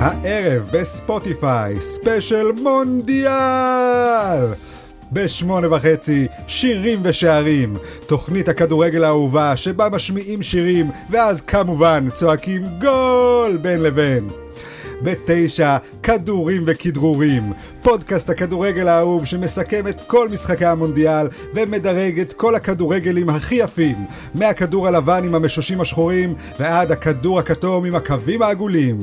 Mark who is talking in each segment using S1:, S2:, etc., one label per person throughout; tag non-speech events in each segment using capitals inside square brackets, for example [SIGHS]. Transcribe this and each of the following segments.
S1: הערב בספוטיפיי, ספיישל מונדיאל! בשמונה וחצי, שירים ושערים. תוכנית הכדורגל האהובה שבה משמיעים שירים, ואז כמובן צועקים גול בין לבין. בתשע, כדורים וכדרורים. פודקאסט הכדורגל האהוב שמסכם את כל משחקי המונדיאל ומדרג את כל הכדורגלים הכי יפים. מהכדור הלבן עם המשושים השחורים ועד הכדור הכתום עם הקווים העגולים.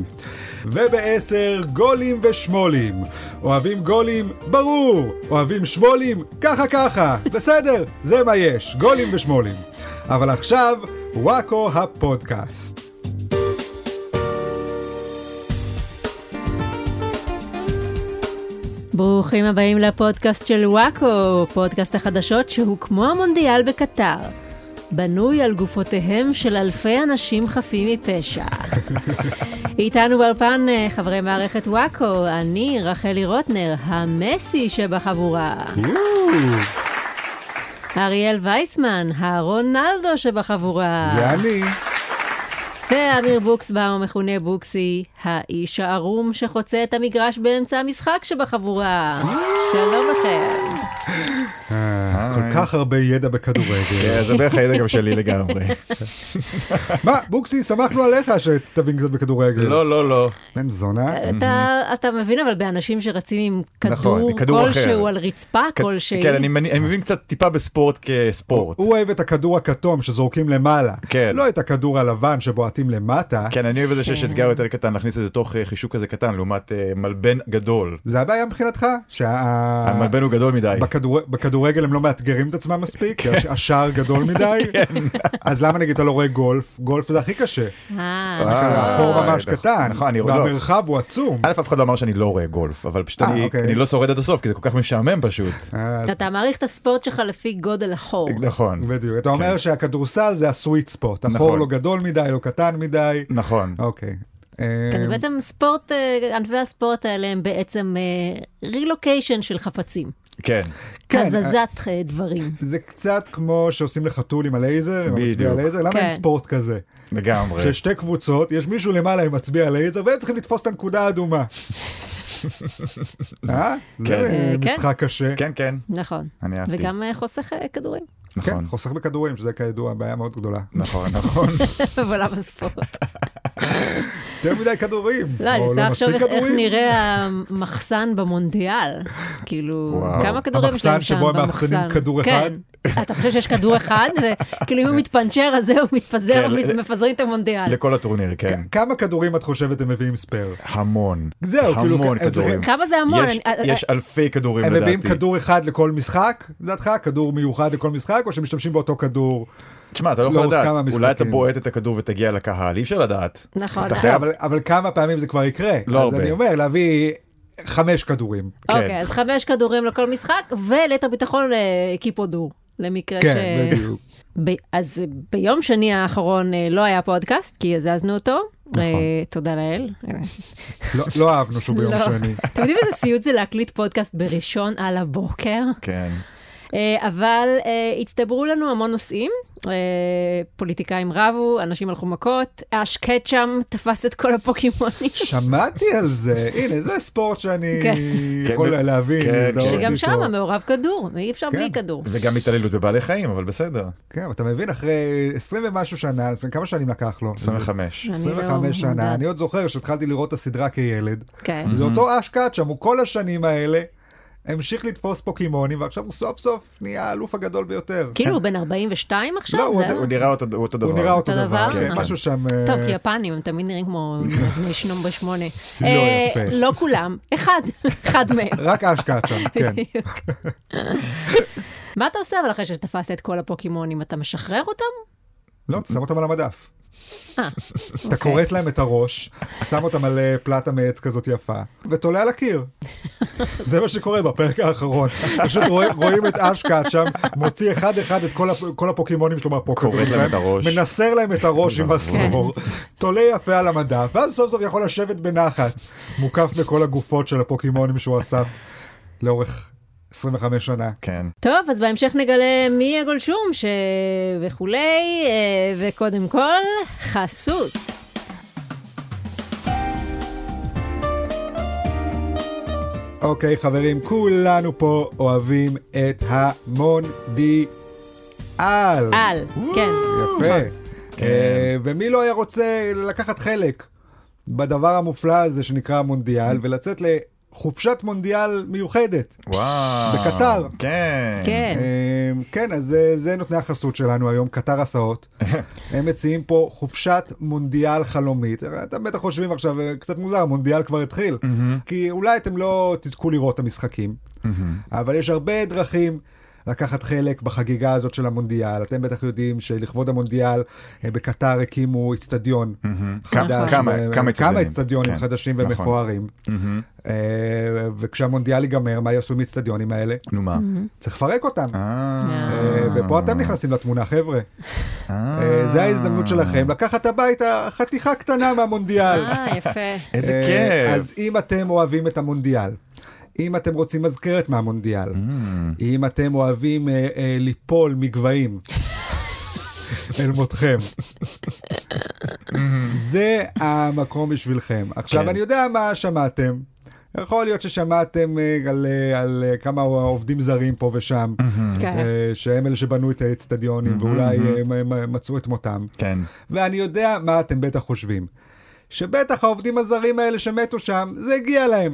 S1: ובעשר, גולים ושמולים. אוהבים גולים? ברור. אוהבים שמולים? ככה ככה. בסדר, זה מה יש, גולים ושמולים. אבל עכשיו, וואקו הפודקאסט.
S2: ברוכים הבאים לפודקאסט של וואקו, פודקאסט החדשות שהוא כמו המונדיאל בקטר. בנוי על גופותיהם של אלפי אנשים חפים
S1: [LAUGHS]
S2: מפשע. איתנו באולפן אה, חברי מערכת וואקו, אני רחלי רוטנר, המסי שבחבורה. אריאל וייסמן, הרונלדו שבחבורה.
S1: זה אני.
S2: ואמיר בוקסבאום, המכונה בוקסי, האיש הערום שחוצה את המגרש באמצע המשחק שבחבורה. שלום לכם.
S1: אה, כל כך הרבה ידע בכדורגל.
S3: כן, זה בערך הידע גם שלי לגמרי.
S1: [LAUGHS] מה, בוקסי, שמחנו עליך שתבין קצת בכדורגל.
S3: לא, לא, לא.
S1: בן זונה.
S2: אה, אתה, אתה מבין אבל באנשים שרצים עם כדור,
S3: נכון, כדור אחר.
S2: כלשהו על רצפה
S3: כ-
S2: כלשהי.
S3: כן, אני מני- אני מבין קצת טיפה בספורט כספורט.
S1: הוא אוהב את הכדור הכתום שזורקים למעלה.
S3: כן.
S1: לא את הכדור הלבן שבועטים למטה.
S3: כן, אני אוהב את זה שיש
S2: כן.
S3: אתגר יותר קטן, להכניס את זה תוך אה, חישוק כזה קטן, לעומת אה, מלבן גדול.
S1: זה הבעיה מבחינתך? שה...
S3: המלבן הוא גדול מדי.
S1: בכדור- בכדורגל הם לא מאתגרים את עצמם מספיק? כי
S3: כן.
S1: הש- השער גדול מדי?
S3: [LAUGHS]
S1: אז למה נגיד אתה לא רואה גולף? גולף זה הכי קשה.
S2: אה,
S3: אה,
S1: החור ממש
S3: נכון,
S1: קטן.
S3: נכון, אני רואה. לא.
S1: והמרחב הוא עצום.
S3: א', אף אחד לא אמר שאני לא רואה גולף, אבל פשוט
S1: אה,
S3: אני
S1: אוקיי.
S3: אני לא שורד עד הסוף, כי זה כל כך משעמם פשוט.
S1: אה,
S2: אתה מעריך את הספורט שלך לפי גודל החור.
S3: נכון,
S1: בדיוק. אתה אומר שהכדורסל זה הסוויט ספוט. החור
S3: נכון.
S1: לא גדול מדי, לא קטן מדי.
S3: נכון.
S1: אוקיי.
S2: כן,
S1: אה,
S2: זה בעצם ספורט, אה, ענפי הספורט האלה הם בעצם אה, רילוקיישן של חפצים.
S3: כן,
S1: כן,
S2: הזזת אה, דברים.
S1: זה קצת כמו שעושים לחתול עם הלייזר, עם המצביע
S3: בדיוק.
S1: הלייזר, למה אין
S2: כן.
S1: ספורט כזה?
S3: לגמרי.
S1: שיש שתי קבוצות, יש מישהו למעלה עם מצביע לייזר, והם צריכים לתפוס את הנקודה
S3: [LAUGHS]
S1: האדומה. אה?
S3: כן.
S1: זה
S2: אה, כן.
S1: משחק קשה.
S3: כן, כן,
S2: נכון.
S3: אני אהבתי.
S2: וגם אה, חוסך אה, כדורים, [LAUGHS]
S3: נכון.
S1: כן, חוסך בכדורים, שזה כידוע בעיה מאוד גדולה.
S3: נכון, נכון.
S2: [LAUGHS] אבל למה ספורט?
S1: יותר מדי כדורים.
S2: לא, אני
S1: או
S2: מנסה לחשוב
S1: מספיק
S2: איך איך
S1: כדורים.
S2: נראה המחסן במונדיאל. כאילו,
S3: וואו.
S2: כמה כדורים יש להם
S1: המחסן
S2: שם
S1: שבו
S2: במחסן.
S1: הם מאחסנים כדור
S2: כן. אתה חושב שיש כדור אחד, וכאילו אם הוא מתפנצ'ר, אז זהו, מתפזר,
S3: כן, ל-
S2: מפזרים את המונדיאל.
S3: לכל הטורניר, כן.
S1: כ- כמה כדורים את חושבת הם מביאים ספייר?
S3: המון.
S1: זהו, כאילו,
S3: המון
S1: הם צריכים-
S3: כדורים.
S2: כמה זה המון?
S3: יש,
S2: אני- אה,
S3: יש אלפי כדורים
S1: הם
S3: לדעתי.
S1: מביאים כדור אחד לכל משחק, לדעתך? כדור מיוחד לכל משחק, או שמשתמשים באותו כדור?
S3: תשמע, אתה לא יכול
S1: לאורך
S3: לדעת,
S1: כמה
S3: אולי אתה
S1: משחקים.
S3: בועט את הכדור ותגיע לקהל, אי אפשר לדעת.
S2: נכון.
S3: אתה
S1: בסדר,
S3: חייב,
S1: אבל, אבל כמה פעמים זה כבר יקרה?
S3: לא הרבה.
S1: אז אני אומר, להביא חמש כדורים.
S2: אוקיי,
S3: כן.
S2: אז חמש כדורים לכל משחק, וליתר ביטחון אה, קיפודור. למקרה ש...
S1: כן, בדיוק.
S2: ב... אז ביום שני האחרון אה, לא היה פודקאסט, כי הזזנו אותו. נכון. תודה לאל.
S1: לא, לא אהבנו שהוא ביום
S2: לא.
S1: שני.
S2: אתם יודעים איזה סיוט זה להקליט פודקאסט בראשון על הבוקר?
S3: כן.
S2: אה, אבל אה, הצטברו לנו המון נושאים. אה, פוליטיקאים רבו, אנשים הלכו מכות, אש קטשאם תפס את כל הפוקימונים.
S1: שמעתי על זה, הנה, זה ספורט שאני
S2: כן.
S1: יכול
S3: כן,
S1: להבין,
S3: כן,
S1: להזדהות
S3: כן.
S2: שגם
S1: איתו.
S2: שם מעורב כדור, אי אפשר
S1: לא, כן.
S2: בלי כדור.
S3: זה גם התעללות בבעלי חיים, אבל בסדר.
S1: כן, אבל אתה מבין, אחרי 20 ומשהו שנה, לפני כמה שנים לקח לו?
S3: 25.
S2: אני לא
S1: 25 שנה,
S2: יודעת.
S1: אני עוד זוכר שהתחלתי לראות את הסדרה כילד.
S2: כן.
S1: זה אותו אש קאט שם, הוא כל השנים האלה המשיך לתפוס פוקימונים, ועכשיו הוא סוף סוף נהיה האלוף הגדול ביותר.
S2: כאילו הוא בן 42 עכשיו?
S1: כן. לא, הוא
S2: זה-
S1: עוד-
S3: הוא נראה אותו הוא אותו דבר.
S1: הוא נראה אותו
S2: אותו
S1: דבר,
S2: דבר? נכון.
S1: כן,
S3: כן.
S1: משהו שם...
S2: טוב,
S1: אה,
S2: כי יפנים הם תמיד
S1: [LAUGHS]
S2: נראים כמו בני שנום בשמונה.
S1: לא,
S2: אה,
S1: יפה.
S2: לא כולם,
S1: [LAUGHS]
S2: אחד, אחד מהם.
S1: רק אש קאט שם,
S2: [LAUGHS]
S1: כן.
S2: בדיוק.
S1: [LAUGHS]
S2: מה אתה עושה אבל אחרי שתפסת את כל הפוקימונים, אתה משחרר אותם?
S1: לא, אתה שם אותם על המדף.
S2: אה,
S1: אתה
S2: אוקיי.
S1: כורת להם את הראש, שם אותם על אה, פלטה מעץ כזאת יפה, ותולה על הקיר. זה מה שקורה בפרק האחרון. פשוט רואים- רואים את אשקאט שם, מוציא אחד אחד את כל הפ- כל הפוקימונים שלו מהפוקדור
S3: כורת להם את הראש. כן.
S1: מנסר להם את הראש
S3: [LAUGHS]
S1: עם הסור, תולה יפה על המדף, ואז סוף סוף יכול לשבת בנחת, מוקף בכל הגופות של הפוקימונים שהוא אסף לאורך 25 שנה.
S3: כן.
S2: טוב, אז בהמשך נגלה מי הגולשום ש... וכולי, אה, וקודם כל, חסות.
S1: אוקיי, חברים, כולנו פה אוהבים את המונדיאל.
S2: על, כן.
S1: יפה. אה, ומי לא היה רוצה לקחת חלק בדבר המופלא הזה שנקרא המונדיאל, ולצאת לחופשת מונדיאל מיוחדת.
S3: וואו.
S1: בקטר.
S3: כן.
S2: כן.
S1: אה, כן, אז אה, זה נותני החסות שלנו היום, קטר הסעות.
S3: [LAUGHS]
S1: הם מציעים פה חופשת מונדיאל חלומית. אתם בטח חושבים עכשיו, אה, קצת מוזר, המונדיאל כבר התחיל. כי אולי אתם לא תזכו לראות את המשחקים, אבל יש הרבה דרכים. לקחת חלק בחגיגה הזאת של המונדיאל. אתם בטח יודעים שלכבוד המונדיאל אה, בקטר הקימו איצטדיון
S2: נכון.
S1: חדש.
S3: כמה-
S1: ו-
S3: כמה
S1: כמה
S3: איצטדיונים.
S1: איצטדיונים
S3: כן,
S1: חדשים
S3: נכון.
S1: ומפוארים. אה, וכשהמונדיאל ייגמר, מה יעשו עם האיצטדיונים האלה?
S3: נו מה?
S2: Mm-hmm.
S1: צריך לפרק אותם.
S3: אה,
S1: אה, ופה אתם נכנסים לתמונה, חבר'ה. אה, זה ההזדמנות שלכם לקחת הביתה חתיכה קטנה מהמונדיאל.
S2: אה, יפה.
S3: איזה
S1: אה,
S3: כיף.
S1: אז אם אתם אוהבים את המונדיאל, אם אתם רוצים מזכרת מהמונדיאל,
S3: Mm.
S1: אם אתם אוהבים אה, אה, ליפול
S3: [LAUGHS]
S1: מגבהים אל מותכם, זה המקום בשבילכם.
S3: Mm-hmm. כן.
S1: עכשיו, אני יודע מה שמעתם. יכול להיות ששמעתם אה, על, אה, על אה, כמה עובדים זרים פה ושם,
S3: Mm-hmm.
S2: כן.
S1: אה, שהם אלה שבנו את האצטדיונים ואולי אה, הם- הם מצאו את מותם.
S3: כן.
S1: ואני יודע מה אתם בטח חושבים. שבטח העובדים הזרים האלה שמתו שם, זה הגיע
S3: [LAUGHS]
S1: להם.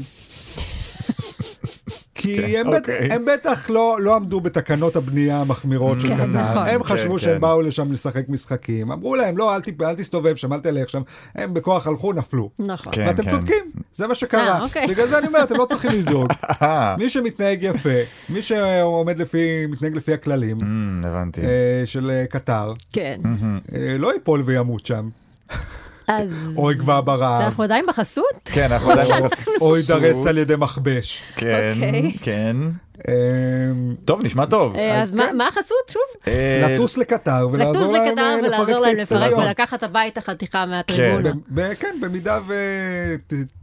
S1: כי הם, בט...
S3: אוקיי.
S1: הם בטח לא, לא עמדו בתקנות הבנייה המחמירות של
S2: כן,
S1: קטר,
S2: נכון.
S1: הם
S3: כן,
S1: חשבו
S3: כן.
S1: שהם באו לשם לשחק משחקים, אמרו להם לא אל, ת... אל תסתובב שם, אל תלך שם, הם בכוח הלכו, נפלו.
S2: נכון.
S3: כן.
S1: ואתם צודקים, זה מה שקרה.
S2: אה, אוקיי.
S1: בגלל זה אני אומר, אתם לא צריכים
S3: [LAUGHS]
S1: לדאוג.
S3: אה,
S1: מי שמתנהג יפה, מי שעומד לפי, מתנהג לפי הכללים
S3: אמ, הבנתי.
S1: אה, של אה, קטר,
S2: כן.
S1: אה, לא ייפול וימות שם.
S2: אז
S1: או יגווע ברעב,
S2: אנחנו לא עדיין בחסות?
S3: כן, אנחנו עדיין...
S1: או יידרס על ידי מכבש.
S3: כן,
S2: אוקיי.
S3: כן.
S1: אמ,
S3: טוב, נשמע טוב.
S2: אה, אז מה
S1: כן.
S2: מה החסות? שוב?
S3: אה,
S1: לטוס לקטר
S2: לטוס
S1: ולעזור להם
S2: לקטר
S1: אה,
S2: ולעזור
S1: לפרק
S2: להם
S1: את
S2: לפרק
S1: האצטדיון.
S2: ולקחת הביתה חתיכה מהטריבונה.
S1: ב- ב- כן, במידה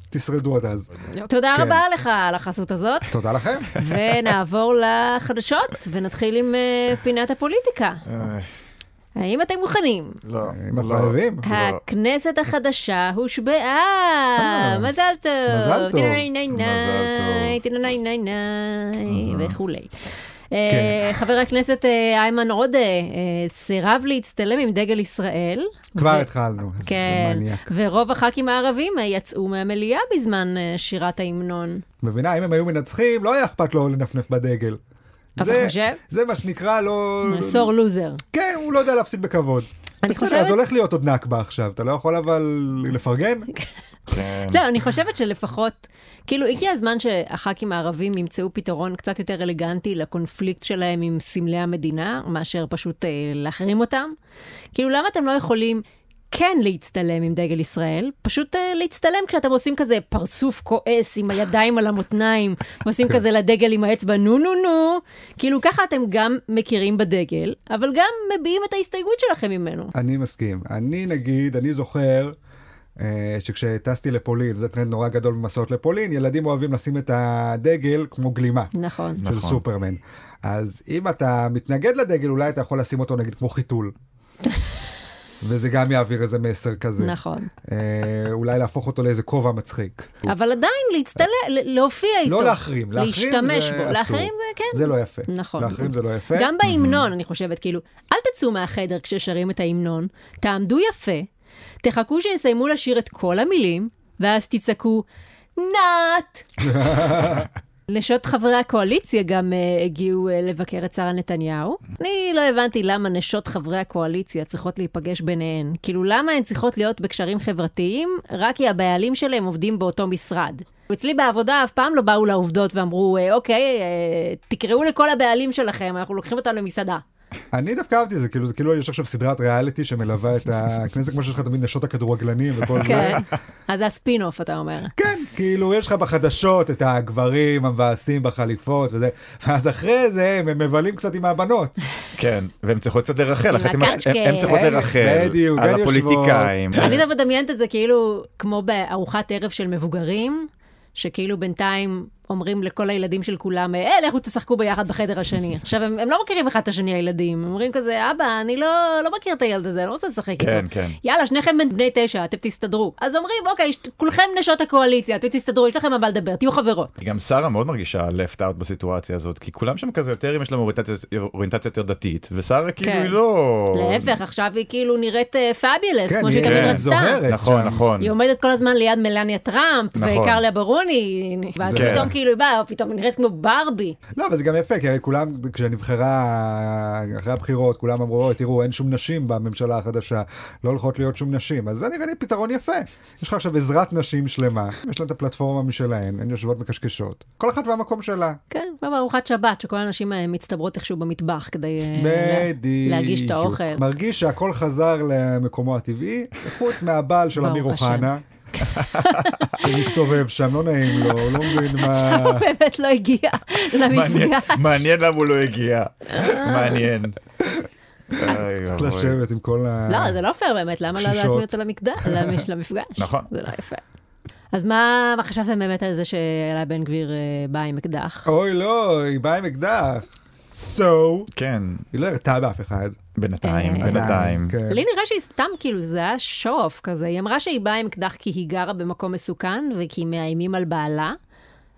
S1: ותשרדו עד אז.
S2: תודה
S1: כן.
S2: רבה לך על החסות
S1: [LAUGHS]
S2: הזאת,
S1: תודה
S3: [LAUGHS]
S1: לכם. אה,
S2: ונעבור לחדשות, ונתחיל עם אה, פינת הפוליטיקה.
S3: אה,
S2: האם אתם מוכנים?
S3: לא.
S1: אה, אם אנחנו
S3: לא.
S2: [LAUGHS]
S1: אוהבים.
S2: הכנסת החדשה הושבעה,
S1: אה,
S2: מזל טוב.
S1: מזל טוב.
S2: תינאי נאי נאי,
S3: מזל טוב.
S2: תינאי נאי נאי, וכולי.
S1: כן.
S2: אה, חבר הכנסת אה, איימן עודה אה, סירב להצטלם עם דגל ישראל.
S1: כבר
S2: ו-
S1: התחלנו, אז זה
S2: כן,
S1: מניאק.
S2: ורוב הח"כים הערבים אה, יצאו מהמליאה בזמן אה, שירת ההמנון.
S1: מבינה, אם הם היו מנצחים, לא היה אכפת לו לנפנף בדגל.
S2: אתה
S1: זה-
S2: חושב?
S1: זה מה שנקרא לא...
S2: עשור לוזר.
S1: כן, הוא לא יודע להפסיד בכבוד.
S2: אני
S1: בסדר,
S2: חושבת-
S1: אז הולך להיות עוד נכבה עכשיו, אתה לא יכול אבל לפרגן?
S3: כן.
S2: זהו, אני חושבת שלפחות, כאילו, הגיע הזמן שהח"כים הערבים ימצאו פתרון קצת יותר אלגנטי לקונפליקט שלהם עם סמלי המדינה, מאשר פשוט אה, להחרים אותם. כאילו, למה אתם לא יכולים כן להצטלם עם דגל ישראל? פשוט אה, להצטלם כשאתם עושים כזה פרצוף כועס עם הידיים על המותניים, ועושים כזה לדגל עם האצבע נו נו נו. כאילו, ככה אתם גם מכירים בדגל, אבל גם מביעים את ההסתייגות שלכם ממנו.
S1: אני מסכים. אני נגיד, אני זוכר אה, שכשטסתי לפולין, זה טרנד נורא גדול במסעות לפולין, ילדים אוהבים לשים את הדגל כמו גלימה.
S2: נכון.
S1: של סופרמן. אז אם אתה מתנגד לדגל, אולי אתה יכול לשים אותו נגיד כמו
S2: [LAUGHS]
S1: חיתול. וזה גם יעביר איזה מסר כזה.
S2: נכון.
S1: אה, אולי להפוך אותו לאיזה כובע מצחיק.
S2: אבל עדיין להצטלם, ל- להופיע איתו.
S1: אה. לא להחרים, להחרים זה
S2: להשתמש בו.
S1: אסור.
S2: להחרים זה, כן.
S1: זה לא יפה.
S2: נכון.
S1: להחרים זה לא יפה.
S2: גם בהמנון, אני חושבת, כאילו, אל תצאו מהחדר כששרים את ההמנון, תעמדו יפה, תחכו שיסיימו לשיר את כל המילים, ואז תצעקו, נאט! נשות חברי הקואליציה גם uh, הגיעו uh, לבקר את שרה נתניהו. אני לא הבנתי למה נשות חברי הקואליציה צריכות להיפגש ביניהן. כאילו, למה הן צריכות להיות בקשרים חברתיים, רק כי הבעלים שלהם עובדים באותו משרד. אצלי בעבודה אף פעם לא באו לעובדות ואמרו, אה, אוקיי, אה, תקראו לכל הבעלים שלכם, אנחנו לוקחים אותם למסעדה.
S1: אני דווקא אהבתי את זה, כאילו, זה כאילו יש עכשיו סדרת ריאליטי שמלווה את הכנסת, כמו שיש לך תמיד נשות הכדורגלנים וכל זה.
S2: כן. אז זה הספין-אוף, אתה אומר.
S1: כן, כאילו, יש לך בחדשות את הגברים המבאסים בחליפות וזה, ואז אחרי זה הם מבלים קצת עם הבנות.
S3: כן, והן צריכות קצת לרחל, אחת עם הש-
S2: הקצ'קה.
S3: הן הן צריכות
S1: איזה-
S3: לרחל,
S1: בדיוק, הן
S3: על
S1: יושבות.
S3: הפוליטיקאים.
S1: כן. [LAUGHS]
S2: אני דווקא מדמיינת את זה כאילו, כמו בארוחת ערב של מבוגרים, שכאילו בינתיים אומרים לכל הילדים של כולם, אה, לכו תשחקו ביחד בחדר
S1: [LAUGHS]
S2: השני. עכשיו, הם, הם לא מכירים אחד את השני, הילדים. הם אומרים כזה, אבא, אני לא, לא מכיר את הילד הזה, אני לא רוצה לשחק
S3: כן,
S2: איתו.
S3: כן.
S2: יאללה, שניכם בן- בני תשע, אתם תסתדרו. אז אומרים, אוקיי, שת- כולכם נשות הקואליציה, אתם תסתדרו, יש לכם על מה לדבר, תהיו חברות.
S3: גם שרה מאוד מרגישה left out בסיטואציה הזאת, כי כולם שם כזה יותר, אם יש להם אוריינטציה אוריינטציה יותר דתית, ושרה כאילו
S2: כן.
S3: היא לא...
S2: להפך, עכשיו היא כאילו נראית
S1: נכון.
S2: פאבילס,
S1: כן,
S2: כמו
S1: היא
S2: שהיא תמיד
S3: כן.
S2: רצתה.
S1: זוהרת.
S3: נכון,
S1: שם.
S3: נכון.
S2: היא עומדת כל הזמן ליד מלניה טראמפ,
S3: נכון.
S2: וקרלה ברוני, ואז
S3: כן.
S2: פתאום כאילו היא באה, פתאום היא נראית כמו ברבי.
S1: לא, אבל זה גם יפה, כי הרי כולם, כשנבחרה אחרי הבחירות, כולם אמרו, אוי, תראו, אין שום נשים בממשלה החדשה, לא הולכות להיות שום נשים. אז זה נראה לי פתרון יפה. יש לך עכשיו עזרת נשים שלמה, יש להן את הפלטפורמה משלהן, הן יושבות מקשקשות. כל אחת והמקום שלה.
S2: כן, כמו בארוחת שבת, שכל הנשים אה, מצטברות איכשהו במטבח כדי אה, לה-
S1: בדיוק.
S2: להגיש את האוכל. [LAUGHS]
S1: מרגיש שהכל חזר למקומו הטבעי, חוץ מהבעל של אמיר
S2: ברוך [LAUGHS]
S1: אוחנה. שמסתובב שם, לא נעים לו, הוא לא מבין
S2: [LAUGHS]
S1: מה...
S2: הוא באמת לא
S3: [LAUGHS]
S2: הגיע
S3: מעניין-
S2: למפגש.
S3: מעניין למה הוא לא הגיע.
S2: אה.
S3: מעניין. אוי,
S1: צריך
S3: אוי.
S1: לשבת עם כל ה...
S2: לא, זה לא פייר באמת, למה לא
S1: קשישות.
S2: להזמין אותו
S1: [LAUGHS]
S2: למקדש, למש- למפגש?
S3: נכון.
S2: זה לא יפה. אז מה, מה חשבתם באמת על זה שאלה בן גביר אה, בא עם אקדח?
S1: אוי, לא, היא באה עם אקדח. So,
S3: כן,
S1: היא לא הראתה באף אחד.
S3: בינתיים,
S2: אה,
S3: בינתיים.
S1: כן.
S2: לי נראה שהיא סתם, כאילו, זה היה שואף כזה. היא אמרה שהיא באה עם אקדח כי היא גרה במקום מסוכן, וכי מאיימים על בעלה,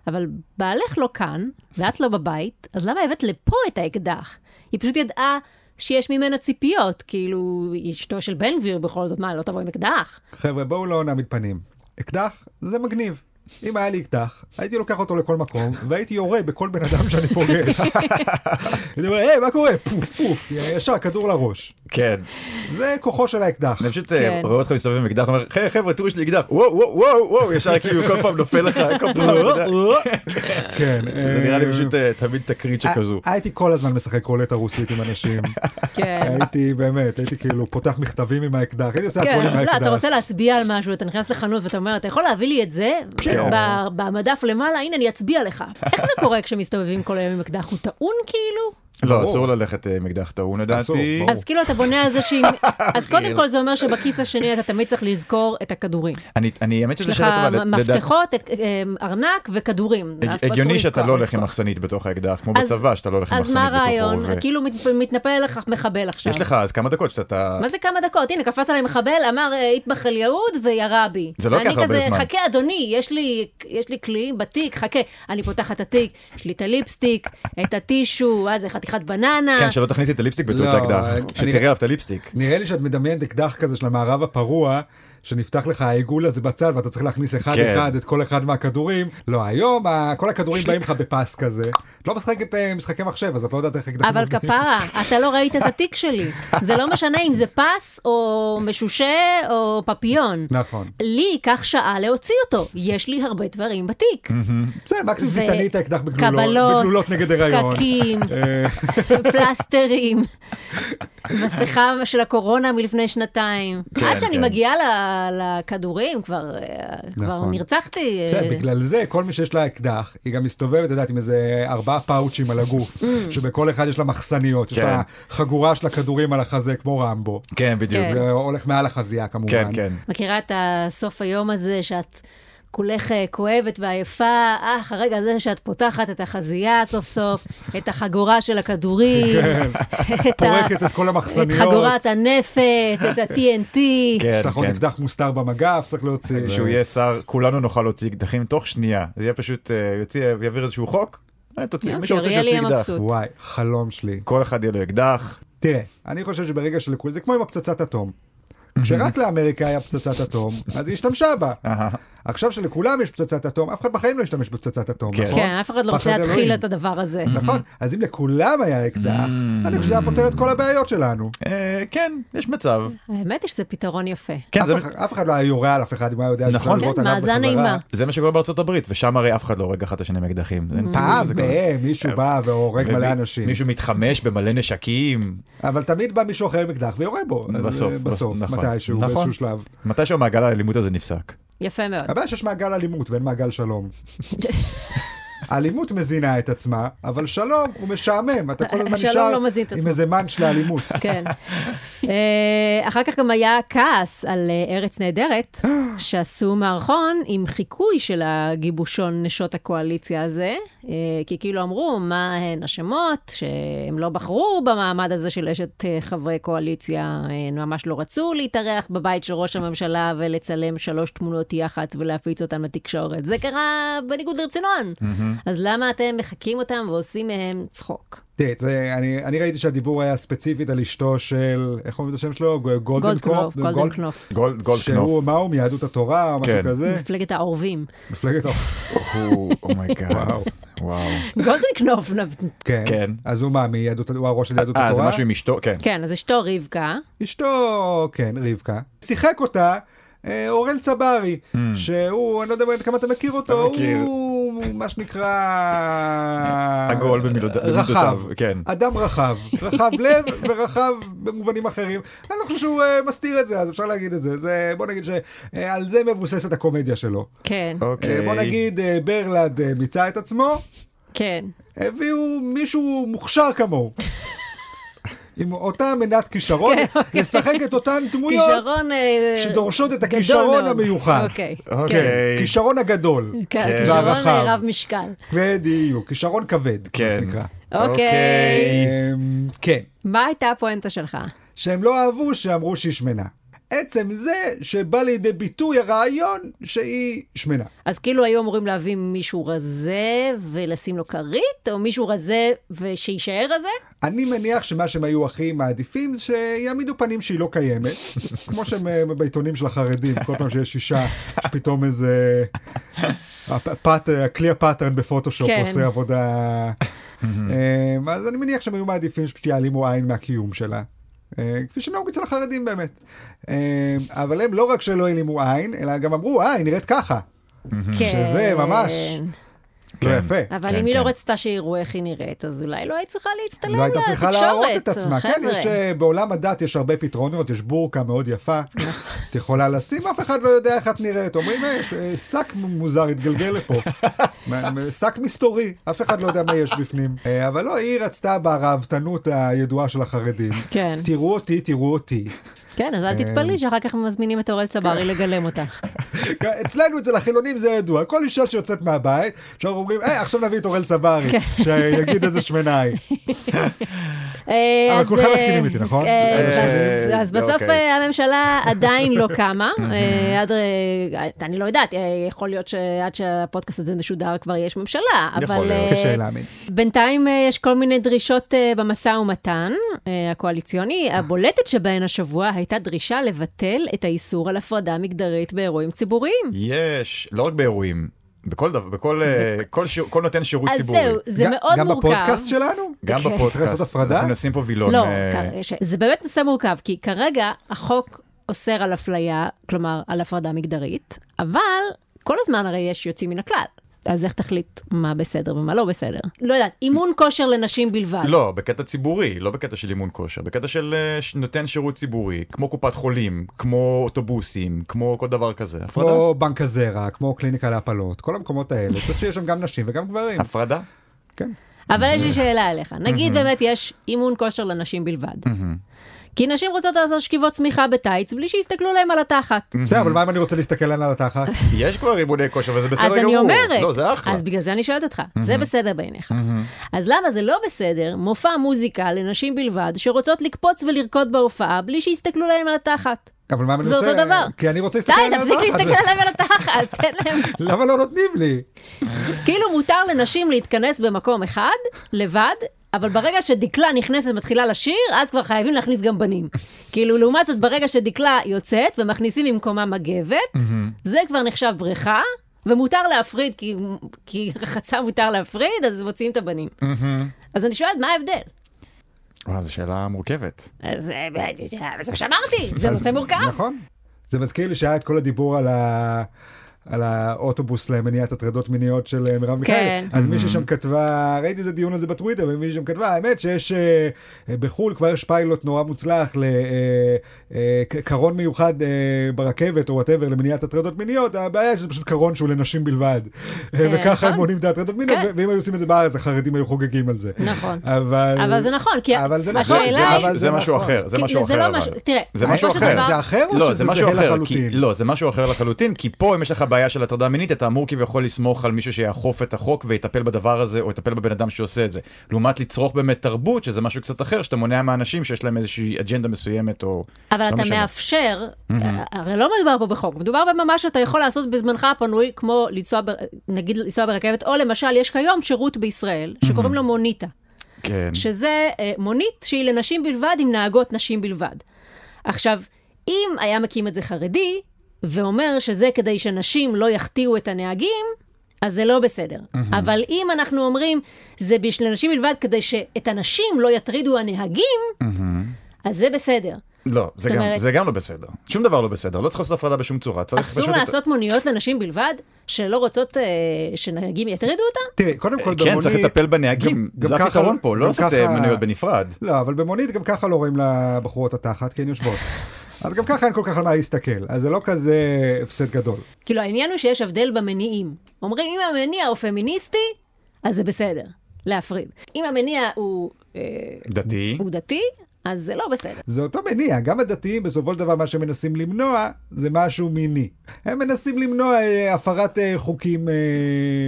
S2: אבל בעלך לא כאן, ואת לא בבית, אז למה הבאת לפה את האקדח? היא פשוט ידעה שיש ממנה ציפיות, כאילו, היא אשתו של בן גביר בכל זאת, מה, לא תבוא עם אקדח?
S1: חבר'ה, בואו לא נעמיד פנים. אקדח זה מגניב. אם היה לי אקדח, הייתי לוקח אותו לכל מקום, והייתי יורה בכל בן אדם שאני
S2: [LAUGHS]
S1: פוגש. [LAUGHS] הייתי אומר, היי, מה קורה? פוף, פוף, ישר כדור לראש.
S3: כן.
S1: זה כוחו של האקדח. [LAUGHS]
S3: אני פשוט אה,
S2: כן.
S3: רואה אותך מסתובב עם אקדח, אומר, "חבר'ה, חבר'ה, תראו, יש לי אקדח, וואו, וואו, וואו, וואו, ישר כאילו כל פעם נופל לך, כל פעם.
S1: אה, לא. כן.
S3: זה נראה לי
S1: אה,
S3: פשוט אה, תמיד תקרית שכזו.
S1: הי- הייתי כל הזמן משחק רולטה רוסית עם
S2: [LAUGHS]
S1: אנשים.
S2: כן.
S1: הייתי באמת, הייתי כאילו פותח מכתבים עם האקדח, הייתי עושה [LAUGHS] הכל עם
S2: כן, לא, אתה
S1: האקדח.
S2: רוצה להצביע על משהו, אתה נכנס לחנות ואתה אומר, אתה יכול להביא לי את זה?
S3: כן.
S2: ב- במדף למעלה, הנה, אני אצביע לך. איך זה קורה כשמסתובבים כל היום עם אקדח? הוא טעון כאילו?
S3: לא,
S1: ברור.
S3: אסור ללכת אה, עם אקדח טעון
S1: אסור,
S3: לדעתי.
S1: ברור.
S2: אז כאילו אתה בונה על זה
S3: [LAUGHS]
S2: שהיא...
S3: כאילו.
S2: אז קודם כל זה אומר שבכיס השני אתה תמיד צריך לזכור את הכדורים.
S3: אני- אני, האמת
S2: יש
S3: שזה
S2: לך
S3: שאלה טובה.
S2: מ-
S3: לדעתי-
S2: מפתחות, אה, אה, ארנק וכדורים. אף אסור
S3: הגיוני
S2: לזכור.
S3: שאתה לא הולך עם מחסנית בתוך האקדח, כמו
S2: אז-
S3: בצבא, שאתה לא הולך עם
S2: אז מה
S3: מחסנית בתוך
S2: הרעיון?
S3: רובה.
S2: כאילו מת- מתנפל אליך מחבל עכשיו.
S3: יש לך אז כמה דקות שאתה...
S2: מה זה כמה דקות? הנה, קפץ עליי מחבל, אמר אה, יטבח אל יהוד וירה בי.
S3: זה לא לקח הרבה
S2: ואני
S3: זמן.
S2: כזה, חכה אדוני, יש לי, יש לי כלי בתיק, חכה. אני פותחת את התיק, יש לי את הליפסטיק, את הטישו, אה, זה חתיכת בננה.
S3: כן, שלא תכניסי את הליפסטיק בטעות
S1: לא,
S3: האקדח,
S1: אני-
S3: שתראה עליו את הליפסטיק.
S1: נראה לי שאת מדמיינת אקדח כזה של המערב הפרוע, שנפתח לך העיגול הזה בצד ואתה צריך להכניס אחד
S3: כן.
S1: אחד את כל אחד מהכדורים. לא, היום ה- כל הכדורים באים לך בפס כזה. את לא משחקת אה, משחקי מחשב, אז את לא יודעת איך אקדח...
S2: אבל
S1: עובדים.
S2: כפרה, אתה לא ראית את התיק שלי. זה לא משנה אם זה פס או משושה או פפיון.
S1: נכון.
S2: לי ייקח שעה להוציא אותו, יש לי הרבה דברים בתיק.
S1: בסדר, מקסימום
S2: ו-
S1: תטעני את האקדח בגלולות,
S2: קבלות,
S1: בגלולות נגד הריון. [LAUGHS]
S2: פקקים,
S1: אה,
S2: פלסטרים, מסכה של הקורונה מלפני שנתיים.
S3: כן,
S2: עד שאני
S3: כן.
S2: מגיעה ל- לכדורים, כבר אה, כבר
S1: נכון.
S2: נרצחתי. אה,
S1: בסדר, בגלל זה כל מי שיש לה אקדח, היא גם מסתובבת, את יודעת, עם איזה ארבעה פאוצ'ים על
S2: Mm.
S1: הגוף, שבכל אחד יש לה מחסניות, יש
S3: כן.
S1: לה חגורה של הכדורים על החזה כמו רמבו.
S3: כן, בדיוק.
S2: כן.
S1: זה הולך מעל החזייה כמובן.
S3: כן, כן.
S2: מכירה את הסוף היום הזה שאת כולך אה, כואבת ועייפה, אך הרגע הזה שאת פותחת את החזייה סוף
S1: [LAUGHS]
S2: סוף, את החגורה של הכדורים, את, ה-
S1: כן. פורקת את כל
S2: את
S1: המחסניות.
S2: חגורת הנפץ,
S1: [LAUGHS]
S2: את ה-TNT.
S3: כן,
S1: יש לך עוד
S3: כן.
S1: אקדח מוסתר במגף, צריך להוציא. אה,
S3: שהוא יהיה שר, כולנו נוכל להוציא אקדחים תוך שנייה. זה יהיה פשוט, אה, יוציא, יעביר איזשהו חוק, אה, תוציא,
S2: יופי,
S3: מי שרוצה
S2: אריאל
S3: שיוציא
S2: יהיה
S3: אקדח.
S2: מבסוט.
S1: וואי, חלום שלי.
S3: כל אחד יהיה לו אקדח.
S1: תראה, אני חושב שברגע שלכול, זה כמו עם הפצצת אטום. כשרק לאמריקה היה פצצת אטום, אז היא השתמשה בה.
S3: אהה.
S1: עכשיו שלכולם יש פצצת אטום, אף אחד בחיים לא ישתמש בפצצת אטום,
S3: כן.
S1: נכון?
S2: כן, אף אחד לא
S1: פחד
S2: רוצה להתחיל
S1: אלוהים.
S2: את הדבר הזה.
S1: נכון, אז אם לכולם היה אקדח, אני חושב שזה היה פותר את כל הבעיות שלנו.
S3: אה, כן, יש מצב.
S2: האמת היא שזה פתרון יפה.
S3: כן,
S1: אף
S3: זה-
S1: אח- אף אחד לא היה יורה על אף אחד אם הוא היה יודע שאפשר
S3: נכון.
S1: לראות
S2: כן,
S1: עליו
S2: מאזן
S1: בחזרה.
S2: אימה.
S3: זה מה שקורה בארצות הברית, ושם הרי אף אחד לא הורג אחד את השני עם אקדחים. אין סיכוי
S1: פעם
S3: שזה קורה.
S1: ב- מישהו בא והורג מלא
S3: ומי-
S1: אנשים,
S3: אה, מישהו מתחמש במלא נשקים.
S1: אבל תמיד בא מישהו אחר עם אקדח ויורה בו. אז,
S3: בסוף,
S1: אה, בסוף,
S3: נכון.
S1: מתישהו,
S3: נכון.
S1: באיזשהו שלב.
S3: מתישהו מעגל האלימות הזה נפסק.
S2: יפה מאוד.
S1: הבעיה שיש מעגל אלימות ואין מעגל
S2: [LAUGHS]
S1: שלום. האלימות מזינה את עצמה, אבל שלום הוא משעמם, אתה כל הזמן
S2: השלום
S1: נשאר
S2: לא מזין את
S1: עם
S2: עצמו.
S1: איזה מאנץ' לאלימות. [LAUGHS]
S2: כן. אה, אחר כך גם היה כעס על אה, ארץ נהדרת, שעשו מערכון עם חיקוי של הגיבושון נשות הקואליציה הזה, אה, כי כאילו אמרו מה הן השמות, שהם לא בחרו במעמד הזה של אשת אה, חברי קואליציה, הן ממש לא רצו להתארח בבית של ראש הממשלה ולצלם שלוש תמונות יח"צ ולהפיץ אותן לתקשורת. זה קרה בניגוד לרצונן. אז למה אתם מחקים אותם ועושים מהם צחוק?
S1: תראה, זה- אני אני ראיתי שהדיבור היה ספציפית על אשתו של, איך קוראים את השם שלו? גולדן קופ?
S2: גולדקנופ, גולדקנופ,
S3: גולד- גולדקנופ.
S1: שהוא, מה הוא? מיהדות התורה או משהו
S3: כן.
S1: כזה?
S2: מפלגת העורבים.
S1: מפלגת ה...
S3: הוא-
S1: [LAUGHS]
S3: אומייגאד.
S1: וואו.
S3: Oh וואו.
S2: גולדקנופ,
S1: כן.
S3: כן.
S1: אז הוא מה, מיהדות, הוא הראש של יהדות
S3: אה, זה
S1: התורה?
S3: משהו עם אשתו? כן.
S2: כן, אז אשתו רבקה,
S1: אשתו, כן, רבקה. שיחק אותה אה, אורל צברי, שהוא, אני לא יודע כמה אתה מכיר אותו,
S3: Hmm. אתה מכיר.
S1: הוא מה שנקרא...
S3: עגול במילוד-
S1: רחב,
S3: במילותיו, כן.
S1: אדם רחב, רחב לב ורחב במובנים אחרים. אני לא חושב שהוא אה, מסתיר את זה, אז אפשר להגיד את זה. זה בוא נגיד שעל זה מבוססת הקומדיה שלו.
S2: כן,
S3: אוקיי.
S1: אה, בוא נגיד, אה, ברלד אה, מיצה את עצמו,
S2: כן.
S1: הביאו מישהו מוכשר
S2: [LAUGHS]
S1: כמוהו. עם אותה מנת כישרון,
S2: כן, אוקיי.
S1: לשחק את אותן דמויות
S2: כישרון אה,
S1: שדורשות את
S2: גדול
S1: הכישרון
S2: מאוד.
S1: המיוחד.
S2: אוקיי. כן.
S3: אוקיי.
S1: כישרון הגדול.
S2: כן,
S1: והרחב.
S2: כישרון אה, רב משקל.
S1: בדיוק, כישרון כבד,
S3: כן.
S1: מה שנקרא.
S2: אוקיי.
S1: אמ, כן,
S2: מה הייתה הפואנטה שלך?
S1: שהם לא אהבו שאמרו שהיא שמנה. עצם זה שבא לידי ביטוי הרעיון שהיא שמנה.
S2: אז כאילו היו אמורים להביא מישהו רזה ולשים לו כרית, או מישהו רזה ושיישאר רזה?
S1: אני מניח שמה שהם היו הכי מעדיפים זה שיעמידו פנים שהיא לא קיימת, [LAUGHS] כמו שהם אה, בעיתונים של החרדים, כל פעם שיש אישה, יש פתאום
S2: [LAUGHS]
S1: איזה... הפ- הפאט- הכלי הפאטרן בפוטושופ
S2: כן.
S1: עושה
S2: [LAUGHS]
S1: עבודה... אה, אז אני מניח שהם היו מעדיפים שפשוט יעלימו עין מהקיום שלה. אה, כפי שנהוג אצל החרדים באמת. אה, אבל הם לא רק שלא העלימו עין, אלא גם אמרו, אה, היא נראית ככה.
S2: כן.
S1: שזה ממש לא
S3: כן.
S1: יפה.
S2: אבל
S3: כן,
S2: אם היא לא
S3: כן.
S2: רצתה שיראו איך היא נראית, אז אולי לא היית צריכה להצטלם
S1: לא הייתה צריכה להראות את
S2: לתקשורת,
S1: עצמה. כן,
S2: חבר'ה.
S1: יש, אה, בעולם הדת יש הרבה פתרונות, יש בורקה מאוד יפה. את יכולה לשים, אף אחד לא יודע איך את נראית. אומרים, "אה, יש אה, שק מוזר התגלגל
S2: [LAUGHS]
S1: לפה. מה, מה, שק מסתורי, אף אחד לא יודע מה יש בפנים. אה, אבל לא, היא רצתה ברהבתנות הידועה של החרדים.
S2: כן.
S1: תראו אותי, תראו אותי.
S2: כן, אז אל
S1: אה,
S2: תתפלאי שאחר כך מזמינים את
S1: כן.
S2: אורל צברי לגלם אותך.
S1: אצלנו, אצל החילונים זה ידוע. כל אישה שיוצאת מהבית, עכשיו אומרים, "אה, עכשיו נביא את אורל צברי,
S2: כן.
S1: שיגיד איזה שמנה
S2: [LAUGHS]
S1: היא.
S2: [LAUGHS] אה,
S1: אבל
S2: אז,
S1: כולכם
S2: אה,
S1: מסכימים איתי, נכון?
S2: אה,
S3: אה,
S2: אז- אז
S3: אה,
S2: בסוף
S3: אוקיי.
S2: אה, הממשלה עדיין לא
S1: [LAUGHS]
S2: קמה. אה, עד, אה, אני לא יודעת, אה, יכול להיות שעד שהפודקאסט הזה משודר כבר יש ממשלה, אבל...
S3: יכול להיות.
S2: אה,
S1: קשה להאמין.
S2: בינתיים אה, יש כל מיני דרישות אה, במשא ומתן אה, הקואליציוני. הבולטת שבהן השבוע הייתה דרישה לבטל את האיסור על הפרדה מגדרית באירועים ציבוריים.
S3: יש, לא רק באירועים, בכל דבר, בכל אה, כל שיר- כל נותן שירות
S2: אז
S3: ציבורי.
S2: זהו, זה
S1: גם-
S2: מאוד
S1: גם
S2: מורכב.
S1: בפודקאסט שלנו?
S3: גם
S2: אוקיי.
S3: בפודקאסט.
S1: צריך לעשות הפרדה?
S3: אנחנו נשים פה וילון.
S2: לא,
S3: אה,
S2: כ- ש- זה באמת נושא מורכב, כי כרגע החוק אוסר על אפליה, כלומר, על הפרדה מגדרית, אבל כל הזמן הרי יש יוצאים מן הכלל. אז איך תחליט מה בסדר ומה לא בסדר? לא יודעת, אימון כושר לנשים בלבד.
S3: לא, בקטע ציבורי, לא בקטע של אימון כושר, בקטע של אה, ש- נותן שירות ציבורי, כמו קופת חולים, כמו אוטובוסים, כמו כל דבר כזה. הפרדה?
S1: כמו בנק הזרע, כמו קליניקה להפלות, כל המקומות האלה. צריך שיש שם גם נשים וגם גברים.
S3: הפרדה?
S1: כן.
S2: אבל יש לי שאלה אליך. נגיד
S3: Mm-hmm.
S2: באמת יש אימון כושר לנשים בלבד. כי נשים רוצות לעשות שכיבות צמיחה בטייץ בלי שיסתכלו להם על התחת.
S1: בסדר, אבל מה אם אני רוצה להסתכל עליהן על
S2: [LAUGHS]
S1: התחת?
S3: יש כבר אימוני כושר וזה בסדר
S2: אז
S3: גמור.
S2: אני אומרת,
S3: לא, זה אחלה.
S2: אז בגלל זה אני שואלת אותך, זה בסדר בעיניך. אז למה זה לא בסדר מופע מוזיקה לנשים בלבד שרוצות לקפוץ ולרקוד בהופעה בלי שיסתכלו להם על התחת?
S1: אבל מה אם אני
S2: זה
S1: רוצה...
S2: אותו דבר.
S1: כי אני רוצה
S2: די,
S1: להסתכל עליהן על
S2: תפסיק
S1: התחת.
S2: להסתכל עליהם על התחת, [LAUGHS] תן להם.
S1: למה לא נותנים לי?
S2: כאילו מותר לנשים להתכנס במקום אחד, לבד, אבל ברגע שדקלה נכנסת ומתחילה לשיר, אז כבר חייבים להכניס גם בנים. כאילו, לעומת זאת, ברגע שדקלה יוצאת ומכניסים במקומה מגבת, זה כבר נחשב בריכה, ומותר להפריד, כי, כי רחצה מותר להפריד, אז מוציאים את הבנים. אז אני שואלת, מה ההבדל?
S3: וואי, זו שאלה מורכבת.
S2: אז אה, זה זה מה שאמרתי, זה
S1: אז-
S2: נושא מורכב.
S1: נכון. זה מזכיר לי שהיה את כל הדיבור על ה... על האוטובוס למניעת הטרדות מיניות של אה, מרב מיכאלי.
S2: כן.
S1: אז
S3: Mm-hmm.
S1: מישהי שם כתבה, ראיתי איזה דיון על זה בטוויטר, ומישהי שם כתבה, האמת שיש, אה, אה, בחו"ל כבר יש פיילוט נורא מוצלח אה, לקרון מיוחד אה, ברכבת או וואטאבר למניעת הטרדות מיניות, הבעיה שזה פשוט קרון שהוא לנשים בלבד. אה,
S2: כן,
S1: [LAUGHS] וככה הם
S2: נכון.
S1: מונעים את ההטרדות מיניות,
S2: כן.
S1: ו- ואם היו עושים את זה בארץ, החרדים היו חוגגים על זה.
S2: נכון.
S1: אבל...
S2: אבל זה נכון, כי
S1: אבל זה נכון,
S2: השאלה
S1: זה-
S2: היא...
S1: אבל
S3: זה משהו
S1: נכון.
S3: אחר, זה
S2: כי-
S3: משהו
S2: זה
S3: אחר.
S2: לא
S3: אבל.
S2: משהו- תראה,
S3: זה
S2: בסופו
S3: משהו
S2: של
S3: אחר.
S2: דבר-
S1: זה אחר או
S3: לא,
S1: שזה
S3: זה משהו
S1: זהה
S3: אחר, כי,
S1: לחלוטין?
S3: לא, זה משהו אחר לחלוטין, כי פה אם יש לך בעיה של הטרדה מינית, אתה אמור כביכול לסמוך על מישהו שיאכוף את החוק ויטפל בדבר הזה, או יטפל בבן אדם שעושה את זה. לעומת לצרוך באמת תרבות, שזה משהו קצת אחר, שאתה מונע מאנשים שיש להם איזושהי אג'נדה מסוימת, או...
S2: אבל
S3: לא
S2: אתה
S3: משנה.
S2: מאפשר, הרי לא מדובר פה בחוק, מדובר במה שאתה יכול לעשות בזמנך הפנוי, כמו לנסוע, ב- נגיד לנסוע ברכבת, או למשל, יש כיום שירות בישראל שקוראים לו מוניטה,
S3: כן.
S2: שזה אה, מונית שהיא לנשים בלבד עם נהגות נשים בלבד. עכשיו, אם היה מקים את זה חרדי, ואומר שזה כדי שנשים לא יחטיאו את הנהגים, אז זה לא בסדר. אבל אם אנחנו אומרים, זה בשביל נשים בלבד כדי שאת הנשים לא יטרידו הנהגים, אז זה בסדר.
S3: לא, זה
S2: זאת
S3: גם,
S2: אומרת-
S3: זה גם לא בסדר. שום דבר לא בסדר, לא צריך לעשות הפרדה בשום צורה. צריך
S2: אסור
S3: פשוט את-
S2: לעשות מוניות לנשים בלבד, שלא רוצות אה, שנהגים יטרידו אותם?
S1: תראי, קודם כל
S3: כן,
S1: במונית...
S3: צריך לטפל בנהגים,
S1: גם-
S3: זה
S1: גם ככה-
S3: הפתרון פה, לא
S1: גם
S3: לעשות
S1: ככה-
S3: אה, מנויות בנפרד.
S1: לא, אבל במונית גם ככה לא רואים לבחורות התחת, כי הן יושבות. אז גם ככה אין כל כך על מה להסתכל, אז זה לא כזה הפסד גדול.
S2: כאילו, העניין הוא שיש הבדל במניעים. אומרים, אם המניע הוא פמיניסטי, אז זה בסדר, להפריד. אם המניע הוא, אה,
S3: דתי.
S2: הוא דתי, אז זה לא בסדר.
S1: זה אותו מניע, גם הדתיים בסופו של דבר מה שהם מנסים למנוע זה משהו מיני. הם מנסים למנוע אה, הפרת אה, חוקים אה,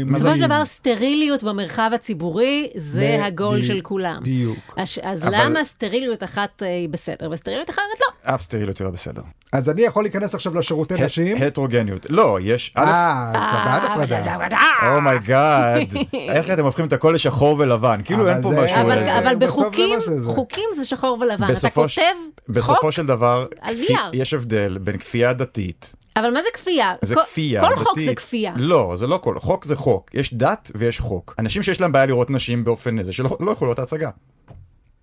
S2: בסופו של
S1: מיניים.
S2: דבר, סטריליות במרחב הציבורי זה הגול
S1: בדיוק.
S2: של כולם.
S1: בדיוק.
S2: אז, אז
S3: אבל-
S2: למה סטריליות אחת אה, היא בסדר וסטריליות אחרת לא?
S3: אף סטריליות היא לא בסדר.
S1: אז אני יכול להיכנס עכשיו לשירותי נשים?
S3: הטרוגניות. לא, יש... א',
S1: אה, אז אתה בעד
S2: אה,
S1: הפרדה. Oh
S3: אומייגאד,
S2: [LAUGHS]
S3: איך אתם הופכים את הכל לשחור ולבן, כאילו
S1: אבל
S3: אין פה
S1: זה-
S3: משהו...
S2: אבל,
S3: איזה-
S2: אבל
S1: בסוף זה
S2: בחוקים,
S1: מה שזה.
S2: חוקים זה שחור ולבן. אתה
S3: בסופו ש-
S2: כותב חוק
S3: בסופו של דבר,
S2: על
S3: כפי-
S2: נייר.
S3: יש הבדל בין כפייה דתית,
S2: אבל מה זה כפייה?
S3: זה
S2: כל,
S3: כפייה
S2: כל
S3: דתית.
S2: חוק זה כפייה.
S3: לא, זה לא כל, חוק זה חוק, יש דת ויש חוק. אנשים שיש להם בעיה לראות נשים באופן איזה, שלא לא יכולו לראות את ההצגה.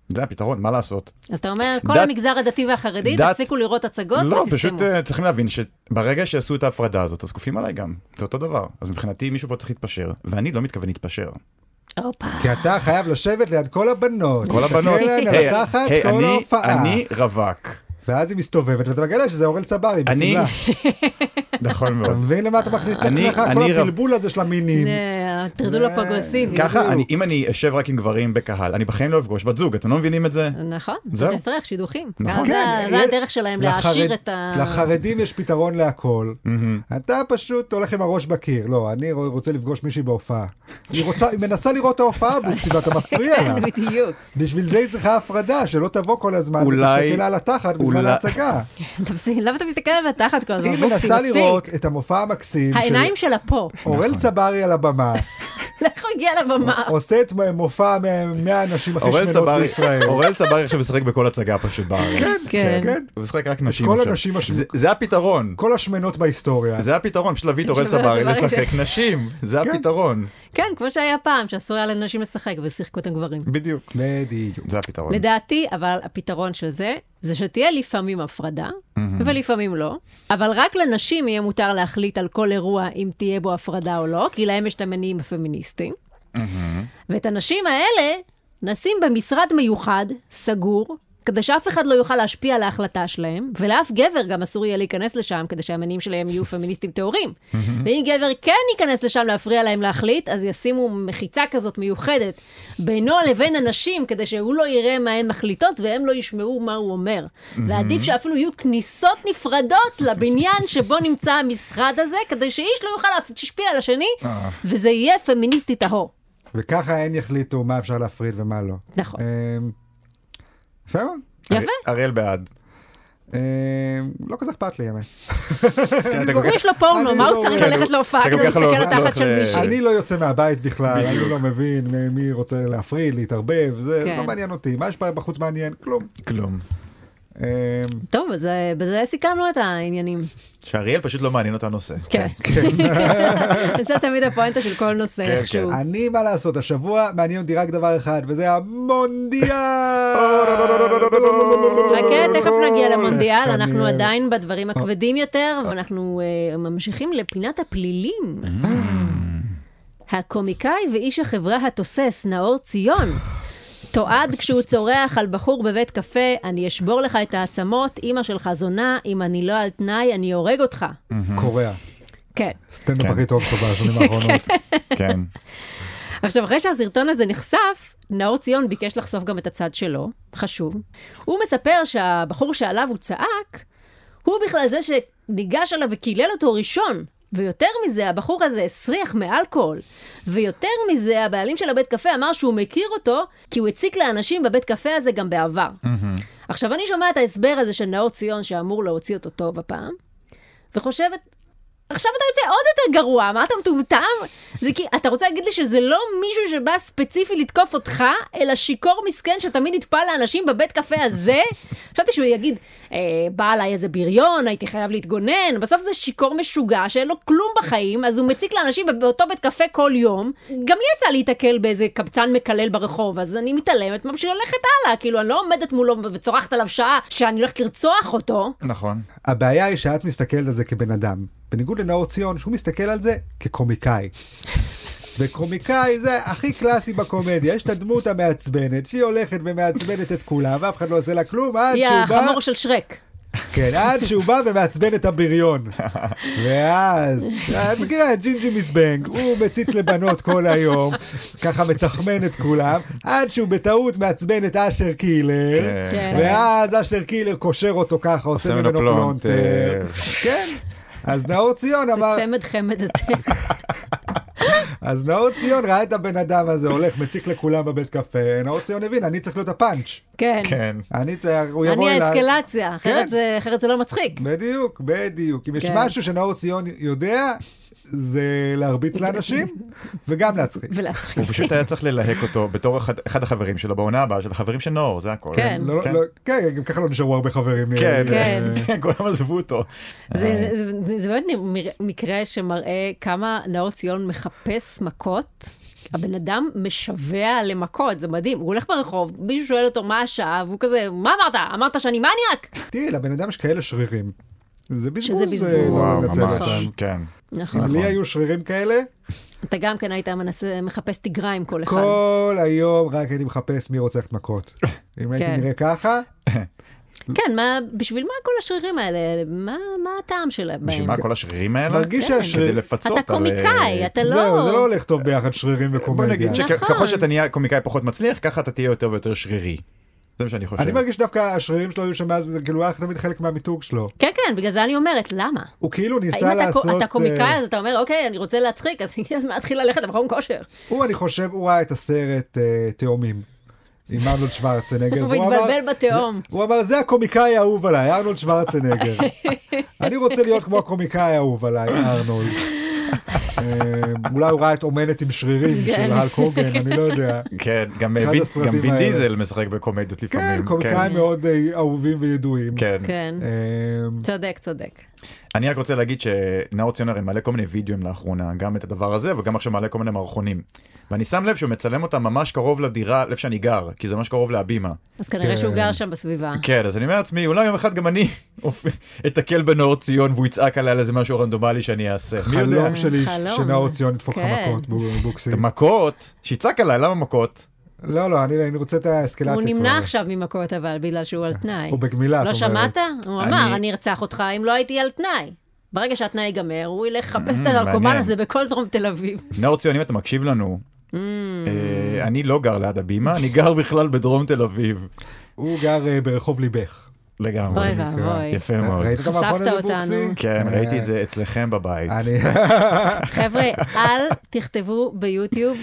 S3: זה הפתרון, מה לעשות?
S2: אז אתה אומר, כל
S3: דת-
S2: המגזר הדתי והחרדי,
S3: דת-
S2: תפסיקו לראות הצגות
S3: לא, פשוט
S2: ותסתמו.
S3: אה, צריכים להבין שברגע שיעשו את ההפרדה הזאת, אז כופים עליי גם, זה אותו דבר. אז מבחינתי מישהו פה צריך להתפשר, ואני לא מתכוון להתפשר. אה,
S2: הופה.
S1: כי אתה חייב לשבת ליד כל הבנות.
S3: כל הבנות,
S1: להסתכל עליהן
S3: היי,
S1: על התחת
S3: היי,
S1: כל
S3: אני-
S1: ההופעה.
S3: אני רווק.
S1: ואז היא מסתובבת ואתה מגלה שזה אורל צברי
S3: אני...
S1: בשמלה.
S3: [LAUGHS] נכון
S1: אתה
S3: מאוד.
S1: מבין למה אתה מכניס את
S3: אני-
S1: עצמך? כל
S3: אני רב-
S1: הבלבול הזה של
S3: כן.
S1: המינים.
S2: נה, הטרדול
S3: אה,
S1: נה,
S2: הפרוגרסיבי.
S3: ככה, אני-
S1: בדיוק.
S3: אם אני אשב רק עם גברים בקהל, אני בחיים לא אפגוש בת זוג, אתם לא מבינים את זה?
S2: נכון, זה
S3: זהו.
S2: צריך שידוכים.
S3: נכון.
S2: זה-
S1: כן,
S2: זה
S1: יש-
S2: הדרך שלהם
S1: לחרד-
S2: להעשיר את ה...
S1: לחרדים יש פתרון להכל. אתה פשוט הולך עם הראש בקיר. לא, אני רוצה לפגוש מישהי בהופעה. היא רוצה, היא מנסה לראות את
S2: [LAUGHS]
S1: ההופעה בוצי ואתה מפריע לה.
S2: [LAUGHS]
S3: [LAUGHS]
S2: כן, בדיוק.
S1: בשביל זה היא צריכה הפרדה, שלא תבוא כל הזמן
S3: אולי-
S1: ותסתכל לה על התחת בזמן
S2: [LAUGHS]
S3: אולי-
S1: ההצגה.
S2: תפסיק, למה אתה מסתכל על התחת כל הזמן?
S1: היא
S2: בוקסי,
S1: מנסה
S2: מספיק.
S1: לראות את המופע המקסים של
S2: העיניים שלה פה. [LAUGHS]
S3: נכון.
S1: אורל צברי על הבמה,
S2: איך הוא הגיע לבמה?
S1: עושה את מופע 100 הנשים הכי
S3: אורל
S1: שמנות
S3: צברי-
S1: בישראל.
S3: אורל צברי עכשיו משחק בכל הצגה פשוט בארץ.
S1: כן,
S2: כן.
S1: כן.
S3: הוא משחק רק נשים
S1: כל
S3: עכשיו.
S1: הנשים השמ-
S3: זה- זה הפתרון.
S1: כל השמנות בהיסטוריה.
S3: זה הפתרון, פשוט להביא את אורל
S2: שאומר,
S3: צברי
S2: זה ברגע.
S3: לשחק נשים, זה הפתרון.
S2: כן, כמו שהיה פעם, שאסור היה לנשים לשחק ושיחקו את הגברים.
S3: בדיוק.
S1: בדיוק.
S3: זה הפתרון.
S2: לדעתי, אבל הפתרון של זה, זה שתהיה לפעמים הפרדה, ולפעמים לא, אבל רק לנשים יהיה מותר להחליט על כל אירוע אם תהיה בו הפרדה או לא, כי להם יש את המניעים הפמיניסטיים. ואת הנשים האלה נשים במשרד מיוחד, סגור, כדי שאף אחד לא יוכל להשפיע על ההחלטה שלהם, ולאף גבר גם אסור יהיה להיכנס לשם, כדי שהמניעים שלהם יהיו פמיניסטים טהורים. ואם גבר כן ייכנס לשם להפריע להם להחליט, אז ישימו מחיצה כזאת מיוחדת בינו לבין הנשים, כדי שהוא לא יראה מה הן מחליטות והם לא ישמעו מה הוא אומר. ועדיף שאפילו יהיו כניסות נפרדות לבניין שבו נמצא המשרד הזה, כדי שאיש לא יוכל להשפיע על השני, וזה יהיה פמיניסטי טהור.
S1: וככה הן יחליטו מה אפשר להפריד ומה לא.
S2: נכון.
S1: אמ, יפה מאוד.
S2: יפה.
S3: אריאל בעד.
S1: אמ, לא כל כך אכפת לי, האמת.
S3: אתה
S1: זוכר.
S3: גם-
S2: יש לו פורנו,
S1: אני
S2: מה
S1: לא-
S2: הוא צריך
S1: כן,
S2: ללכת
S3: הוא-
S2: להופעה
S3: אתה גם
S2: כדי
S3: ככה
S2: להסתכל
S3: לא-
S2: על
S3: לא
S2: התחת
S3: הולך
S2: של
S3: ל-
S2: מישהו?
S1: אני לא יוצא מהבית בכלל, אני
S3: בדיוק.
S1: לא מבין מ- מי רוצה להפריד, להתערבב, זה
S2: כן.
S1: לא מעניין אותי. מה יש בחוץ מעניין? כלום.
S3: כלום.
S1: אה,
S2: טוב, אז אה, בזה סיכמנו את העניינים.
S3: שאריאל פשוט לא מעניין אותה הנושא.
S2: כן. [LAUGHS] זה תמיד הפואנטה של כל נושא
S3: כן,
S2: איכשהו.
S1: אני, מה לעשות, השבוע מעניין אותי רק דבר אחד, וזה המונדיאל!
S2: חכה, אוקיי, תכף נגיע למונדיאל, אנחנו
S1: אני-
S2: עדיין בדברים הכבדים יותר, ואנחנו אה, ממשיכים לפינת הפלילים.
S3: אה.
S2: הקומיקאי ואיש החברה התוסס, נאור ציון. תועד כשהוא צורח על בחור בבית קפה, אני אשבור לך את העצמות, אימא שלך זונה, אם אני לא על תנאי, אני הורג אותך.
S1: קוריאה.
S2: כן.
S1: סטנדאפ
S3: כן.
S1: הכי טוב פה בשנים
S2: [LAUGHS]
S1: האחרונות.
S3: כן.
S2: עכשיו, אחרי שהסרטון הזה נחשף, נאור ציון ביקש לחשוף גם את הצד שלו, חשוב. הוא מספר שהבחור שעליו הוא צעק, הוא בכלל זה שניגש אליו וקילל אותו ראשון. ויותר מזה, הבחור הזה הסריח מאלכוהול. ויותר מזה, הבעלים של הבית קפה אמר שהוא מכיר אותו, כי הוא הציק לאנשים בבית קפה הזה גם בעבר. עכשיו, אני שומעת את ההסבר הזה של נאור ציון, שאמור להוציא אותו טוב הפעם, וחושבת, עכשיו אתה יוצא עוד יותר גרוע, מה אתה מטומטם? זה כי אתה רוצה להגיד לי שזה לא מישהו שבא ספציפי לתקוף אותך, אלא שיכור מסכן שתמיד נטפל לאנשים בבית קפה
S1: [LAUGHS]
S2: הזה? חשבתי שהוא יגיד, אה, בא עליי איזה בריון, הייתי חייב להתגונן, בסוף זה שיכור משוגע שאין לו כלום בחיים, אז הוא מציק לאנשים באותו בית קפה כל יום. גם לי יצא להיתקל באיזה קבצן מקלל ברחוב, אז אני מתעלמת, ממשיכה ללכת הלאה, כאילו אני לא עומדת מולו וצורחת עליו שעה שאני הולכת לרצוח אותו.
S3: נכון.
S1: הבעיה היא שאת מסתכלת על זה כבן אדם, בניגוד לנאור ציון, שהוא מסתכל על זה כקומיקאי. וקומיקאי זה הכי קלאסי בקומדיה, יש את הדמות המעצבנת, שהיא הולכת ומעצבנת את כולם, ואף אחד לא עושה לה כלום, עד
S2: היא
S1: שהוא בא,
S2: החמור של שרק.
S1: כן, עד שהוא בא ומעצבן את הבריון. ואז, את מכירה, ג'ינג'י מזבנג, הוא מציץ לבנות כל היום, ככה מתחמן את כולם, עד שהוא בטעות מעצבן את אשר קילר.
S2: כן.
S1: ואז אשר קילר קושר אותו ככה, עושה
S3: ממנו
S1: ממנו
S3: פלונטר.
S1: פלונטר. כן. אז נאור ציון
S2: זה
S1: אמר,
S2: צמד חמד אתם.
S1: אז נאור ציון ראה את הבן אדם הזה הולך, מציק לכולם בבית קפה, נאור ציון הבין, אני צריך להיות הפאנץ'.
S2: כן.
S3: כן.
S1: אני צריך, הוא יבוא
S2: אני
S1: אליי.
S2: האסקלציה,
S1: כן.
S2: אחרת זה- אחרת זה לא
S1: [LAUGHS]
S2: מצחיק.
S1: בדיוק, בדיוק. אם יש
S2: כן.
S1: משהו שנאור ציון יודע, זה להרביץ לאנשים, וגם להצחיק.
S2: ולהצחיק.
S3: הוא פשוט היה צריך ללהק אותו בתור אחד- אחד החברים שלו בעונה הבאה של החברים של נאור, זה הכל.
S2: כן.
S1: לא- לא- כן, גם ככה לא נשארו הרבה חברים. נראה
S3: כן,
S1: לי.
S2: כן.
S3: כן, [LAUGHS] כולם עזבו
S1: אה,
S3: אותו.
S1: כן.
S2: זה- זה- זה באמת מר- מקרה שמראה כמה נאור ציון מחפש מכות. הבן אדם משווע למכות, זה מדהים. הוא הולך ברחוב, מישהו שואל אותו מה השעה, והוא כזה, מה אמרת? אמרת שאני מניאק?
S1: תראי, לבן אדם יש כאלה שרירים. זה בזבוז
S2: בזבוז.
S1: אה, לא
S3: וואו,
S1: לנצל
S2: נכון.
S1: אותם.
S3: ממש. כן.
S1: אם
S2: נכון.
S1: לי היו שרירים כאלה,
S2: אתה גם כן היית מנסה- מחפש תגרה עם כל אחד.
S1: כל היום רק הייתי מחפש מי רוצה ללכת
S2: [LAUGHS]
S1: מכות. אם
S2: כן.
S1: הייתי נראה ככה,
S2: כן, מה, בשביל מה כל השרירים האלה? מה מה הטעם שלהם?
S3: בשביל מה כל השרירים האלה?
S1: מרגיש
S3: כדי
S1: שהשרירים...
S2: כן.
S3: לפצות על... אה,
S2: אתה קומיקאי, אתה לא...
S1: זהו, זה לא הולך טוב ביחד שרירים
S3: בוא
S1: וקומדיה.
S3: נגיד
S2: נכון.
S3: שככל שאתה נהיה קומיקאי פחות מצליח, ככה אתה תהיה יותר ויותר שרירי. זה מה שאני חושב.
S1: אני מרגיש שדווקא השרירים שלו היו שם מאז, זה כאילו היה תמיד חלק מהמיתוג שלו.
S2: כן, כן, בגלל זה אני אומרת, למה?
S1: הוא כאילו
S2: אם
S1: ניסה
S2: אתה,
S1: לעשות...
S2: לעשות... אתה
S1: אה,
S2: קומיקאי, אז אתה אומר, אוקיי, אני רוצה להצחיק, אז [LAUGHS] הגיע הזמן להתחיל ללכת למכון כושר.
S1: הוא, אני חושב, הוא ראה את הסרט אה, תאומים. עם ארנולד שוורצנגר.
S2: הוא
S1: והוא אמר-
S2: התבלבל בתהום.
S1: זה- הוא אמר, זה הקומיקאי האהוב עליי, ארנולד
S2: [LAUGHS]
S1: שוורצנגר. אני רוצה להיות כמו הקומיקאי האהוב עליי, ארנולד. אה, אולי הוא ראה את אומנת עם שרירים
S2: כן.
S1: של הלק הוגן, אני לא יודע.
S3: כן, גם
S1: אחד
S3: וין-
S1: הסרטים
S3: גם וין
S1: האלה.
S3: דיזל משחק בקומדיות לפעמים.
S1: כן, קומיקאים מאוד אה, אהובים וידועים.
S3: כן.
S2: כן,
S1: אה,
S2: צודק, צודק.
S3: אני רק רוצה להגיד שנאור ציון הרי מעלה כל מיני וידאוים לאחרונה, גם את הדבר הזה וגם עכשיו מעלה כל מיני מערכונים. ואני שם לב שהוא מצלם אותם ממש קרוב לדירה, לאיפה שאני גר, כי זה ממש קרוב להבימה.
S2: אז כנראה
S1: כן.
S2: שהוא גר שם בסביבה.
S3: כן, אז אני אומר לעצמי, אולי יום אחד גם אני [LAUGHS] אתקל בנאור ציון והוא יצעק עליי על איזה משהו רנדומלי שאני אעשה. מי יודע?
S1: חלום שלי
S2: חלום.
S1: שנאור ציון ידפוק לך
S2: כן.
S1: מכות ב- בוקסים.
S3: מכות? שיצעק עליי, למה מכות?
S1: לא, לא, אני אני רוצה את האסקלציה.
S2: הוא נמנע
S1: כבר.
S2: עכשיו ממכות, אבל בגלל שהוא על תנאי.
S1: הוא בגמילה, את
S2: לא
S1: אומרת.
S2: שמעת? הוא אמר,
S3: אני-
S2: אני ארצח אותך אם לא הייתי על תנאי. ברגע שהתנאי ייגמר, הוא ילך לחפש את
S3: Mm,
S2: הנרקומן
S3: מעניין.
S2: הזה בכל דרום תל אביב. Mm,
S3: נאור ציון, אם אתה מקשיב לנו, אה, אני לא גר ליד הבימה, אני גר בכלל בדרום תל אביב.
S1: הוא גר אה, ברחוב ליבך.
S3: לגמרי.
S2: אוי ואבוי.
S3: יפה מאוד.
S1: ראית את
S2: חשפת
S1: המערכון הזה
S2: אותנו.
S1: בוקסי?
S3: כן,
S1: אה,
S3: ראיתי את זה אצלכם בבית.
S1: אני... [LAUGHS]
S2: חבר'ה, אל תכתבו
S1: [LAUGHS]
S2: ביוטיוב.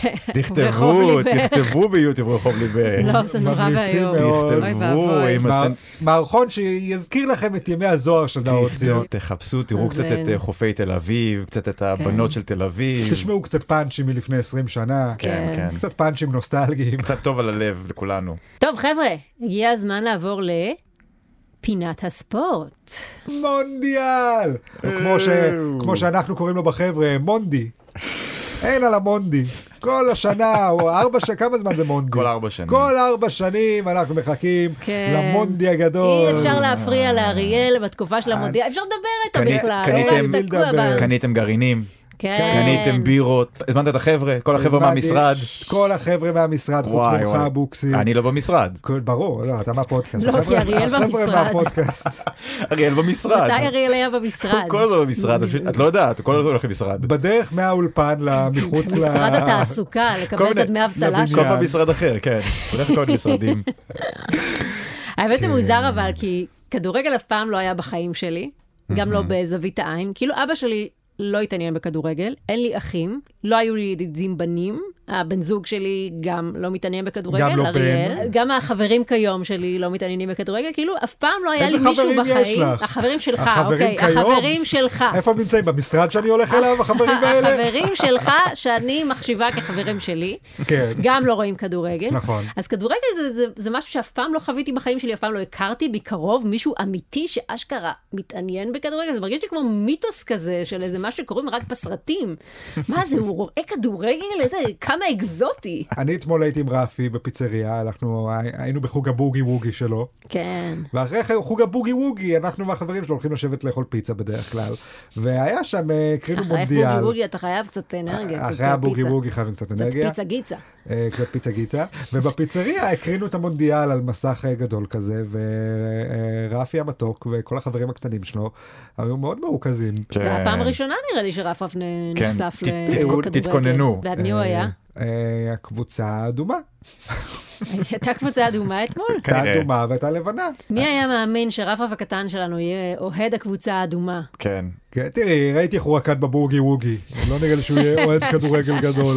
S2: רחוב
S3: תכתבו,
S2: ליבך.
S3: תכתבו ביוטיוב רחוב ליבך.
S2: לא, זה נורא
S1: ממליצים
S2: ואיום.
S1: מאוד.
S2: אוי
S3: תכתבו
S2: ואבוי.
S3: עם
S1: מע-
S3: הסטנד...
S1: מערכון שיזכיר לכם את ימי הזוהר של נאור ציון.
S3: תחפשו, תראו
S2: אז,
S3: קצת את
S2: אה, כן.
S3: אה, חופי תל אביב, קצת את הבנות של תל אביב.
S1: תשמעו קצת פאנצ'ים מלפני 20 שנה.
S3: כן,
S2: כן.
S3: כן.
S1: קצת פאנצ'ים נוסטלגיים. [LAUGHS]
S3: קצת טוב על הלב לכולנו.
S2: טוב, חבר'ה, הגיע הזמן לעבור ל... פינת הספורט.
S1: מונדיאל! או כמו, ש... כמו שאנחנו קוראים לו בחבר'ה, מונדי. אין על המונדי. כל השנה, או ארבע שנים, כמה זמן זה מונדי?
S3: כל ארבע שנים.
S1: כל ארבע שנים אנחנו מחכים
S2: כן.
S1: למונדי
S3: לא,
S1: הגדול.
S2: אי אפשר להפריע לאריאל בתקופה של המונדיאל, אפשר לדבר איתו
S3: קנית-
S2: בכלל,
S3: אה. קניתם-
S2: אולי הוא תקוע
S1: לדבר.
S2: ב-
S3: קניתם גרעינים,
S2: כן.
S3: קניתם בירות, הזמנת את החבר'ה, כל החבר'ה
S1: הזמנתי
S3: מהמשרד.
S1: את כל החבר'ה מהמשרד, חוץ
S3: וואי,
S1: ממך,
S3: וואי.
S1: אבוקסיס.
S3: אני לא במשרד.
S1: כל- ברור, לא, אתה מהפודקאסט.
S2: לא, כי
S1: החבר'ה-
S2: אריאל במשרד.
S1: החבר'ה מהפודקאסט.
S3: אריאל במשרד.
S2: מתי אריאל היה במשרד?
S3: הוא כל הזמן במשרד, פשוט- את לא יודעת, הוא כל הזמן הולך למשרד.
S1: בדרך מהאולפן למחוץ ל...
S2: [LAUGHS] משרד התעסוקה, לקבל את
S3: מיני- לא,
S2: הדמי האבטלה
S1: לבניין.
S3: כל פעם משרד אחר, כן. הוא הולך לכל מיני משרדים.
S1: כן.
S2: האמת זה מוזר אבל, כי כדורגל אף פעם לא היה בחיים שלי, גם לא בזווית העין. כאילו אבא שלי לא התעניין בכדורגל, אין לי אחים, לא היו לי ידידים בנים, הבן זוג שלי גם לא מתעניין בכדורגל,
S1: גם לא בן.
S2: אריאל. גם החברים כיום שלי לא מתעניינים בכדורגל, כאילו אף פעם לא היה לי
S1: איזה
S2: מישהו
S1: חברים
S2: בחיים.
S1: יש לך?
S2: החברים שלך,
S1: החברים
S2: אוקיי,
S1: כיום?
S2: החברים שלך.
S1: איפה הם נמצאים? במשרד שאני הולך
S2: [LAUGHS]
S1: אליו, החברים האלה?
S2: החברים שלך, שאני מחשיבה כחברים שלי,
S1: כן.
S2: גם לא רואים כדורגל.
S1: נכון.
S2: אז כדורגל זה, זה, זה משהו שאף פעם לא חוויתי בחיים שלי, אף פעם לא הכרתי מקרוב מישהו אמיתי שאשכרה מתעניין בכדורגל. זה מרגיש לי כמו מיתוס כזה של איזה משהו שקוראים רק בסרטים. מה זה, הוא רואה כדורגל? איזה, כמה אקזוטי.
S1: אני אתמול הייתי עם רפי בפיצריה, אנחנו היינו בחוג הבוגי ווגי שלו,
S2: כן.
S1: ואחרי חוג הבוגי ווגי, אנחנו והחברים שלו הולכים לשבת לאכול פיצה בדרך כלל, והיה שם, אה, הקרינו
S2: אחרי בוגי
S1: מונדיאל.
S2: בוגי אתה חייב קצת אנרגיה, קצת
S1: אה, אחרי הבוגי
S2: פיצה.
S1: ווגי חייבים קצת
S2: קצת
S1: אנרגיה,
S2: פיצה גיצה.
S1: אה, קצת פיצה גיצה, ובפיצריה הקרינו את המונדיאל על מסך אה, גדול כזה, ורפי המתוק וכל החברים הקטנים שלו היו מאוד מרוכזים.
S2: זו הפעם הראשונה נראה לי שרפרף נ-
S3: כן,
S2: נחשף
S3: ת-
S2: לכדורגל.
S3: תתכוננו.
S2: ועד מי הוא היה?
S1: אה, אה, הקבוצה האדומה,
S2: הייתה קבוצה אדומה אתמול?
S1: הייתה
S3: כנראה.
S1: אדומה והייתה לבנה.
S2: מי היה מאמין שרפרף הקטן שלנו יהיה אוהד הקבוצה האדומה?
S3: כן.
S1: כן, תראי, ראיתי איך הוא רקד בבורגי ווגי, לא נראה לי שהוא יהיה אוהד כדורגל גדול.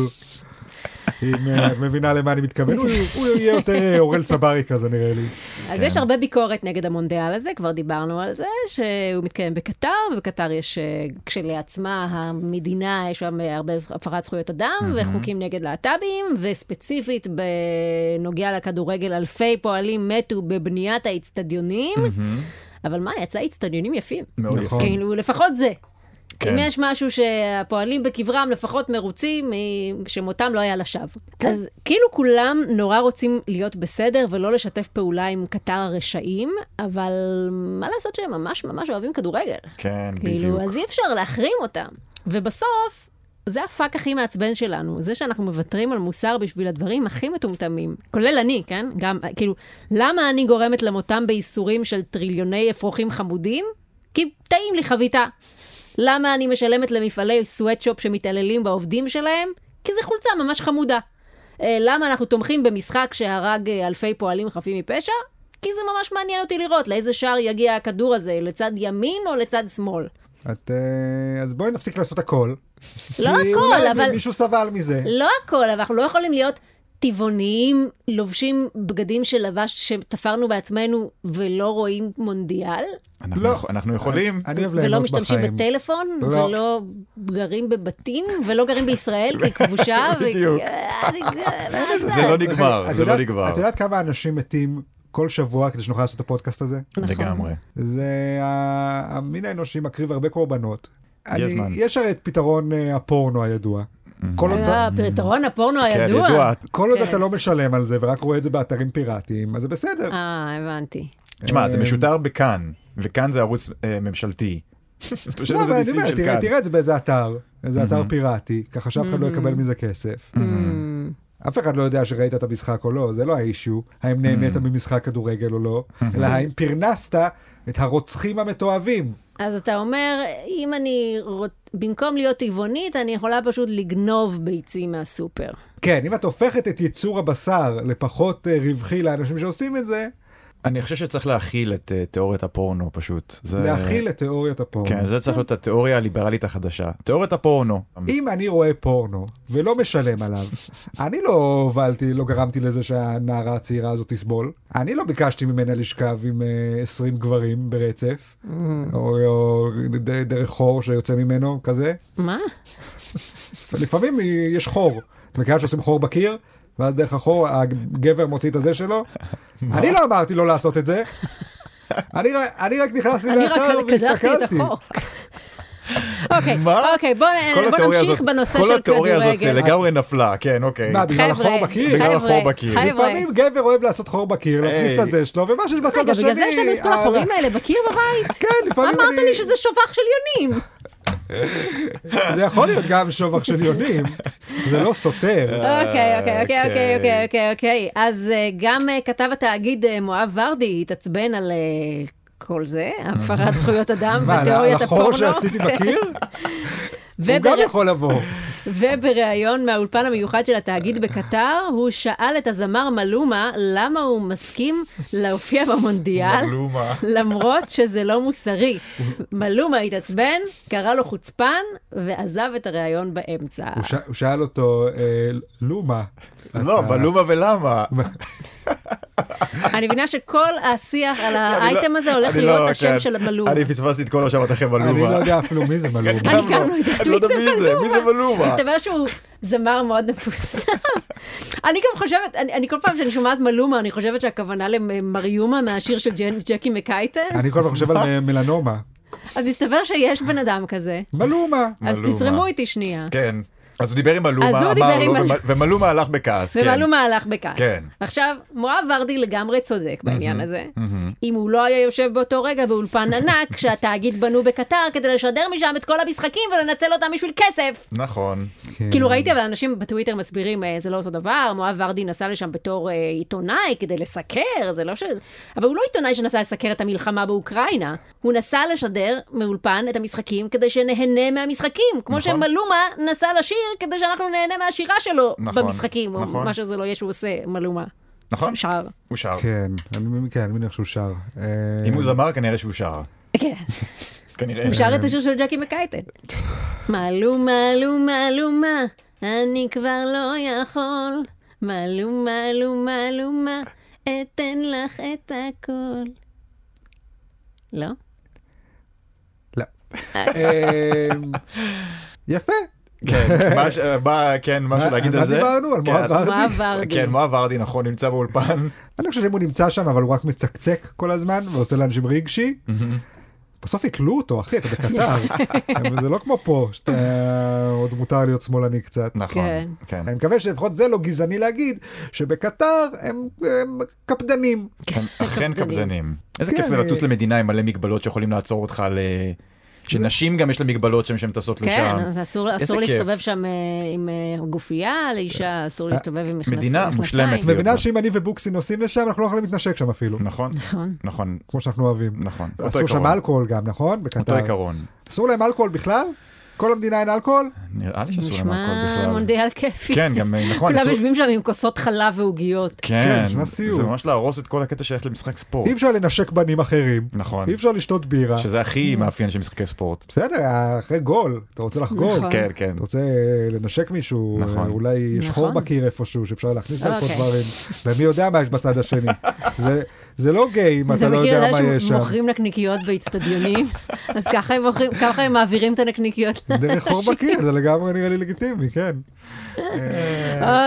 S1: אם אה, את מבינה למה אני מתכוון, הוא הוא יהיה יותר אה, אורל צברי כזה נראה לי.
S2: אז יש הרבה ביקורת נגד המונדיאל הזה, כבר דיברנו על זה, שהוא מתקיים בקטר, ובקטר יש אה, כשלעצמה המדינה, יש שם אה, הרבה הפרת זכויות אדם, וחוקים נגד להט"בים, וספציפית בנוגע לכדורגל, אלפי פועלים מתו בבניית האיצטדיונים, אבל מה, יצא איצטדיונים יפים.
S3: מאוד
S1: נכון.
S3: יפה.
S2: כאילו, לפחות זה.
S3: כן.
S2: אם יש משהו שהפועלים בקברם לפחות מרוצים, אה, שמותם לא היה לשווא. אז כאילו כולם נורא רוצים להיות בסדר ולא לשתף פעולה עם קטר הרשעים, אבל מה לעשות שהם ממש ממש אוהבים כדורגל.
S3: כן, בדיוק.
S2: כאילו, אז אי אפשר להחרים אותם. ובסוף, זה הפאק הכי מעצבן שלנו, זה שאנחנו מוותרים על מוסר בשביל הדברים הכי מטומטמים, כולל אני, כן? גם, אה, כאילו, למה אני גורמת למותם בייסורים של טריליוני אפרוחים חמודים? כי טעים לי חביתה. למה אני משלמת למפעלי סוואטשופ שמתעללים בעובדים שלהם? כי זו חולצה ממש חמודה. אה, למה אנחנו תומכים במשחק שהרג אה, אלפי פועלים חפים מפשע? כי זה ממש מעניין אותי לראות לאיזה שער יגיע הכדור הזה, לצד ימין או לצד שמאל.
S1: את, אה, אז בואי נפסיק לעשות הכל.
S2: לא
S1: כי
S2: הכל,
S1: אולי
S2: אבל...
S1: מישהו סבל מזה.
S2: לא הכל, אבל אנחנו לא יכולים להיות טבעוניים, לובשים בגדים שלבש, שתפרנו בעצמנו ולא רואים מונדיאל,
S3: אנחנו-
S1: לא.
S3: אנחנו יכולים.
S1: אני אוהב
S2: ולא
S1: ליהנות
S2: משתמשים
S1: בחיים.
S2: בטלפון,
S1: לא.
S2: ולא גרים בבתים, ולא גרים
S3: [LAUGHS]
S2: בישראל כי היא כבושה. ו-
S3: בדיוק.
S2: אה, אני- אה, מה
S3: זה לא נגמר,
S1: את
S3: זה לא
S1: יודעת-
S3: נגמר.
S1: את יודעת כמה אנשים מתים כל שבוע כדי שנוכל לעשות את הפודקאסט הזה?
S3: לא
S2: נכון.
S3: לגמרי.
S1: זה ה- המין האנושי מקריב הרבה קורבנות.
S3: יש
S1: אני-
S3: זמן.
S1: יש הרי את פתרון אה, הפורנו הידוע. כל עוד-
S2: אה,
S3: נכון.
S2: פתרון הפורנו
S3: כן,
S2: הידוע.
S3: ידוע.
S1: כל עוד
S2: כן.
S1: אתה לא משלם על זה ורק רואה את זה באתרים פיראטיים, אז זה בסדר.
S2: אה, הבנתי.
S3: תשמע,
S1: אה,
S3: זה משודר בכאן, וכאן זה ערוץ אה, ממשלתי. אתה חושב
S1: לא,
S3: שזה
S1: אבל אני
S3: ניסים
S1: אומר,
S3: של
S1: תראה-
S3: כאן. Mm-hmm.
S1: תראה את זה באיזה אתר, איזה אתר פיראטי, ככה שאף אחד לא יקבל מזה כסף. אף אחד לא יודע שראית את המשחק או לא, זה לא האישיו, האם
S3: Mm-hmm.
S1: נהנית ממשחק כדורגל או לא, אלא האם פרנסת את הרוצחים המתועבים.
S2: אז אתה אומר, אם אני, רוצ- במקום להיות טבעונית, אני יכולה פשוט לגנוב ביצים מהסופר.
S1: כן, אם את הופכת את ייצור הבשר לפחות אה, רווחי לאנשים שעושים את זה,
S3: אני חושב שצריך להכיל את אה, תיאוריית הפורנו פשוט. זה-
S1: להכיל את תיאוריות הפורנו.
S3: כן, זה צריך להיות התיאוריה הליברלית החדשה. תיאוריית הפורנו.
S2: אה,
S1: אם אני רואה פורנו ולא משלם
S2: [LAUGHS]
S1: עליו, אני לא הובלתי, לא גרמתי לזה שהנערה הצעירה הזאת תסבול. אני לא ביקשתי ממנה לשכב עם אה, 20 גברים ברצף,
S2: Mm.
S1: או, או ד- דרך חור שיוצא ממנו כזה.
S2: מה?
S1: לפעמים יש חור. את מכירה שעושים חור בקיר?
S2: [LAUGHS]
S1: ואז דרך החור הגבר מוציא את הזה שלו? אני לא אמרתי לא לעשות את זה. אני רק- אני רק נכנסתי
S2: אני רק
S1: לאתר
S2: קדחתי את
S1: והסתכלתי.
S2: החוק. אוקיי,
S3: מה?
S2: אוקיי, בוא נ-
S3: כל
S2: בוא
S3: התיאוריה
S2: נמשיך
S3: הזאת-
S2: בנושא של
S3: כל התיאוריה הזאת
S2: כדורגל.
S3: לגמרי נפלה, כן, אוקיי.
S1: מה, בגלל
S2: חבר'ה,
S1: החור בקיר?
S3: בגלל
S2: חבר'ה,
S3: החור בקיר.
S2: חבר'ה.
S1: לפעמים גבר אוהב לעשות חור בקיר, להכניס את
S3: היי.
S1: הזה שלו, ומה שיש בצד
S2: רגע,
S1: השני...
S2: בגלל זה יש לנו את כל
S1: אה,
S2: החורים האלה בקיר בבית?
S1: כן, לפעמים
S2: אמרת
S1: אני-
S2: לי שזה שובך של יונים.
S1: זה יכול להיות גם שובך של יונים, זה לא
S3: אה.
S1: סותר.
S2: אוקיי, אוקיי, אוקיי, אוקיי,
S3: אוקיי.
S2: אוקיי, אוקיי, אוקיי. אז אה, גם אה, כתב התאגיד אה, מואב ורדי התעצבן על אה, כל זה, הפרת זכויות אדם
S1: מה,
S2: ותיאוריית
S1: לחור
S2: הפורנו,
S1: שעשיתי
S2: [LAUGHS]
S1: בקיר? הוא
S2: ובר-
S1: גם יכול לבוא.
S2: ובריאיון מהאולפן המיוחד של התאגיד בקטר, הוא שאל את הזמר מלומה למה הוא מסכים להופיע במונדיאל.
S3: מלומה.
S2: למרות שזה לא מוסרי. מלומה התעצבן, קרא לו חוצפן, ועזב את הריאיון באמצע.
S1: הוא ש- הוא שאל אותו, אה, לומה.
S3: לא,
S1: אתה- [LAUGHS]
S3: בלומה ולמה.
S2: אני מבינה שכל השיח על
S3: אני לא-
S2: האייטם הזה הולך
S3: אני
S2: להיות
S3: לא-
S2: השם
S3: כן.
S2: של מלומה.
S3: אני פספסתי את כל מה שאמרת לכם בלומה.
S1: אני לא יודע אפילו מי זה מלומה.
S2: אני גם לא יודעת
S3: אני לא
S2: מי
S3: יודע מי
S2: זה
S3: זה, מי זה
S2: לא
S3: מלומה?
S2: מסתבר שהוא זמר מאוד מפורסם. אני גם חושבת, אני אני כל פעם שאני שומעת מלומה, אני חושבת שהכוונה למריומה מהשיר של ג'ן- ג'קי מקייטן.
S1: אני כל הזמן חושב על אה, מלנומה.
S2: אז מסתבר שיש בן אדם כזה.
S1: מלומה.
S2: אז
S3: מלומה.
S2: תזרמו איתי שנייה.
S3: כן. אז הוא דיבר עם מלומה,
S2: אז הוא
S3: אמר
S2: דיבר עם
S3: לו,
S2: מל-
S3: ומ- ומלומה הלך בכעס, כן.
S2: ומעלו מהלך בכעס.
S3: כן.
S2: עכשיו, מואב ורדי לגמרי צודק בעניין הזה. אם הוא לא היה יושב באותו רגע באולפן
S3: [LAUGHS]
S2: ענק שהתאגיד בנו בקטר כדי לשדר משם את כל המשחקים ולנצל אותם בשביל כסף.
S3: נכון.
S2: [LAUGHS] כאילו
S1: כן.
S2: ראיתי אבל אנשים בטוויטר מסבירים "אה, זה לא אותו דבר, מואב ורדי נסע לשם בתור אה, עיתונאי כדי לסקר, זה לא ש... אבל הוא לא עיתונאי שנסע לסקר את המלחמה באוקראינה, הוא נסע לשדר מאולפן את המשחקים כדי שנהנה מהמשחקים, כמו
S3: נכון.
S2: שמלומה נסע לשיר כדי שאנחנו נהנה מהשירה שלו
S3: נכון,
S2: במשחקים, או
S3: נכון.
S2: מה שזה לא יהיה שהוא עושה, מלומה.
S3: נכון?
S2: שר.
S3: הוא שר.
S1: כן, אני כן, אני מניח שהוא שר. אה,
S3: אם הוא זמר, כנראה שהוא שר.
S2: כן,
S3: כנראה.
S2: הוא שר את השיר של ג'קי
S3: [SIGHS]
S2: מקייטן. מלומה, לומה, לומה, אני כבר לא יכול. מלומה, לומה, לומה, אתן לך את הכל. לא?
S1: לא. אה, יפה.
S3: כן, מה ש- מה- כן, משהו להגיד
S1: מה
S3: על זה?
S1: דיברנו? על
S3: כן.
S1: מואב ורדי?
S2: מה ורדי?
S3: כן, מואב ורדי, נכון,
S2: [LAUGHS]
S3: נמצא באולפן.
S1: אני חושב שאם הוא נמצא שם, אבל הוא רק מצקצק כל הזמן, ועושה לאנשים רגשי, בסוף יתלו אותו, אחי, אתה בקטר. אבל זה לא כמו פה, שאתה- עוד מותר להיות שמאלני קצת.
S3: נכון.
S2: כן.
S3: כן.
S1: אני מקווה שלפחות זה לא גזעני להגיד, שבקטר הם הם קפדנים.
S3: כן,
S2: [LAUGHS]
S3: אכן קפדנים. איזה
S1: כן,
S3: כיף זה
S1: אני-
S3: לטוס למדינה עם מלא מגבלות שיכולים לעצור אותך על... אה, שנשים גם יש לה מגבלות שם שהן טסות
S2: כן,
S3: לשם.
S2: אז אסור
S3: איזה
S2: אסור
S3: כיף. אה,
S2: להסתובב שם אה, עם אה, גופייה לאישה, אסור להסתובב עם מכנס-
S3: מדינה
S2: מכנסיים.
S3: מושלמת.
S1: את מבינה שאם אני ובוקסי נוסעים לשם, אנחנו לא יכולים להתנשק שם אפילו,
S3: נכון,
S2: נכון.
S3: נכון,
S1: כמו שאנחנו אוהבים.
S3: נכון. אותו
S1: אסור שם
S3: עיקרון.
S1: אלכוהול גם, נכון?
S3: אותו
S1: בקטר.
S3: עיקרון.
S1: אסור להם אלכוהול בכלל? כל המדינה אין אלכוהול?
S3: נראה לי שאסור להם הכל
S2: נשמע
S3: בכלל.
S2: מונדיאל כיפי.
S3: כן, גם אה, נכון.
S2: כולם
S3: אסור-
S2: יושבים שם עם כוסות חלב ועוגיות.
S1: כן,
S3: כן,
S1: נשמע סיוט.
S3: זה ממש להרוס את כל הקטע שייך למשחק ספורט.
S1: אי אפשר לנשק בנים אחרים,
S3: נכון.
S1: אי אפשר לשתות בירה.
S3: שזה הכי
S2: כן.
S3: מאפיין של משחקי ספורט.
S1: בסדר, אחרי גול, אתה רוצה לחגוג.
S2: נכון.
S3: כן, כן.
S1: אתה רוצה אה, לנשק מישהו,
S3: נכון.
S1: אה, אולי יש
S2: נכון.
S1: חור בקיר איפשהו שאפשר להכניס לפה
S2: אוקיי.
S1: דברים, ומי יודע מה יש בצד השני. זה- זה לא גיי אם אתה לא יודע מה יש שם.
S2: שמוכרים נקניקיות
S1: [LAUGHS]
S2: באצטדיונים, אז ככה הם מוכרים, ככה הם מעבירים את הנקניקיות.
S1: דרך חור בקיר, זה לגמרי נראה לי לגיטימי, כן.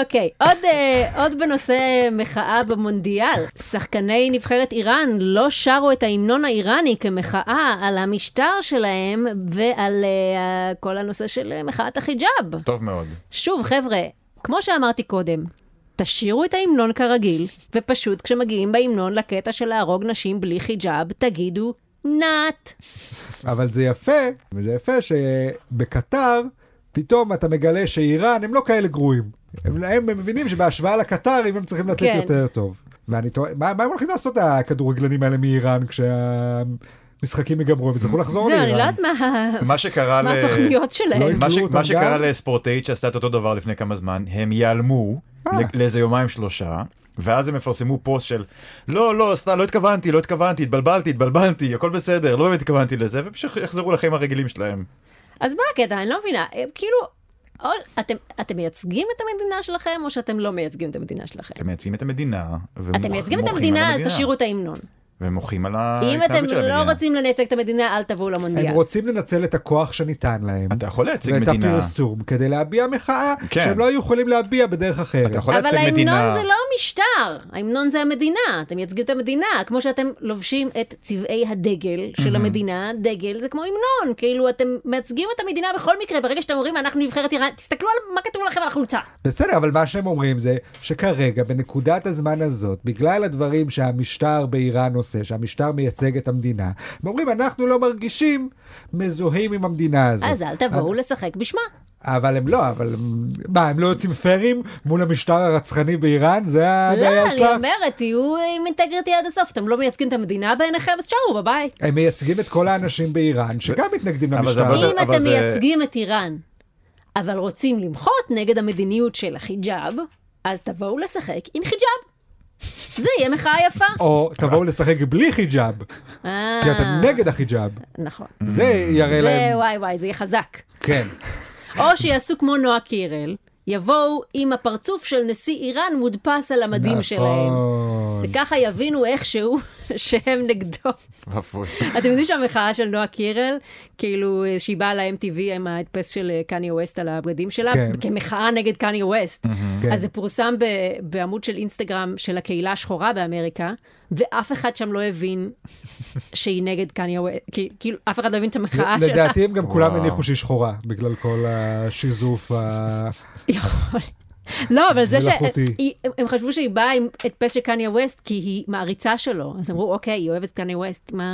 S2: אוקיי, עוד, אה, עוד בנושא מחאה במונדיאל. שחקני נבחרת איראן לא שרו את ההמנון האיראני כמחאה על המשטר שלהם ועל אה, כל הנושא של אה, מחאת החיג'אב.
S3: טוב מאוד.
S2: שוב, חבר'ה, כמו שאמרתי קודם, תשאירו את ההמנון כרגיל, ופשוט כשמגיעים בהמנון לקטע של להרוג נשים בלי חיג'אב, תגידו נאט.
S1: אבל זה יפה, וזה יפה שבקטר, פתאום אתה מגלה שאיראן הם לא כאלה גרועים. הם, הם מבינים שבהשוואה לקטרים הם צריכים לתת
S2: כן.
S1: יותר טוב. ואני טועה, מה, מה הם הולכים לעשות הכדורגלנים האלה מאיראן כשהמשחקים ייגמרו? הם יצטרכו לחזור
S2: זהו,
S1: לאיראן.
S2: אני לא יודעת מה...
S3: מה שקרה ל...
S2: מה התוכניות
S1: לא
S2: שלהם?
S1: יקרה.
S3: מה ש-
S1: יקראו אותם
S3: מה שקרה
S1: גם?
S3: לספורטאית שעשתה את אותו דבר לפני כמה זמן, הם ייעלמו
S1: אה.
S3: ל- לאיזה יומיים שלושה, ואז הם יפרסמו פוסט של לא, לא, סתם, לא התכוונתי, לא התכוונתי, התבלבלתי, התבלבלתי, הכל בסדר, לא באמת התכוונתי לזה, ופשוט יחזרו לחיים הרגילים שלהם.
S2: אז מה הקטע? אני לא מבינה. אה, כאילו, או- אתם- אתם מייצגים את המדינה שלכם, או שאתם לא מייצגים את המדינה שלכם?
S3: אתם מייצגים את המדינה.
S2: אתם מייצגים את המדינה, אז תשאירו את ההמנון.
S3: והם מוחים על ההתנהגות
S2: אם
S3: אה, של
S2: אתם
S3: המדינה.
S2: לא רוצים לנצג את המדינה, אל תבואו למונדיאל.
S1: הם רוצים לנצל את הכוח שניתן להם.
S3: אתה יכול להציג
S1: ואת
S3: מדינה.
S1: הפרסום כדי להביע מחאה
S3: כן.
S1: שהם לא היו יכולים להביע בדרך
S3: אתה
S1: אחרת.
S3: יכול
S2: אבל
S3: להציג
S2: ההמנון
S3: מדינה.
S2: זה לא משטר, ההמנון זה המדינה, אתם מייצגים את המדינה, כמו שאתם לובשים את צבעי הדגל של המדינה, דגל זה כמו המנון, כאילו אתם מייצגים את המדינה בכל מקרה, ברגע שאתם אומרים אנחנו נבחרת איראן, תסתכלו על מה כתוב לכם על החולצה.
S1: בסדר, אבל מה שהם אומרים זה שכרגע, בנקודת הזמן הזאת, בגלל הדברים שהמשטר באיראן עושה, שהמשטר מייצג את המדינה, הם אומרים, אנחנו לא מרגישים מזוהים עם המדינה הזאת.
S2: אז אל תבואו לשחק בשמה.
S1: אבל הם לא, אבל... הם- מה, הם לא יוצאים פיירים מול המשטר הרצחני באיראן? זה
S2: לא,
S1: הבעיה
S2: אני
S1: שלך?
S2: אומרת, תהיו עם אינטגריטי עד הסוף, אתם לא מייצגים את המדינה בעיניכם, אז תשארו בבית.
S1: הם מייצגים את כל האנשים באיראן שגם מתנגדים
S3: אבל זה
S1: למשטר.
S3: אבל-
S2: אם אתם
S3: זה-
S2: מייצגים את איראן, אבל רוצים למחות נגד המדיניות של החיג'אב, אז תבואו לשחק עם חיג'אב. זה יהיה מחאה יפה.
S1: או תבואו לשחק בלי חיג'אב,
S2: אה,
S1: כי אתם נגד החיג'אב.
S2: נכון.
S1: זה
S3: אה.
S1: יראה
S2: זה
S1: להם...
S2: וואי וואי, זה יהיה חזק.
S1: כן.
S2: או שיעשו כמו נועה קירל, יבואו עם הפרצוף של נשיא איראן מודפס על המדים שלהם.
S1: נכון.
S2: וככה יבינו איכשהו [LAUGHS] שהם נגדו.
S3: ואבוי.
S2: אתם יודעים שהמחאה של נועה קירל, כאילו אה, שהיא באה ל-MTV עם ההדפס של אה, קניה ווסט על הבגדים שלה,
S1: כן.
S2: כמחאה נגד קניה ווסט.
S1: כן.
S2: אז זה פורסם ב- בעמוד של אינסטגרם של הקהילה השחורה באמריקה, ואף אחד שם לא הבין שהיא נגד קניה ווסט, כאילו אף אחד לא הבין את המחאה שלה.
S1: לדעתי הם גם כולם
S3: וואו.
S1: הניחו שהיא שחורה, בגלל כל השיזוף ה...
S2: יכול. לא, אבל זה ש...
S1: מלאכותי.
S2: היא- הם- הם חשבו שהיא באה עם הדפס של קניה ווסט כי היא מעריצה שלו. אז אמרו, אוקיי, היא אוהבת קניה ווסט, מה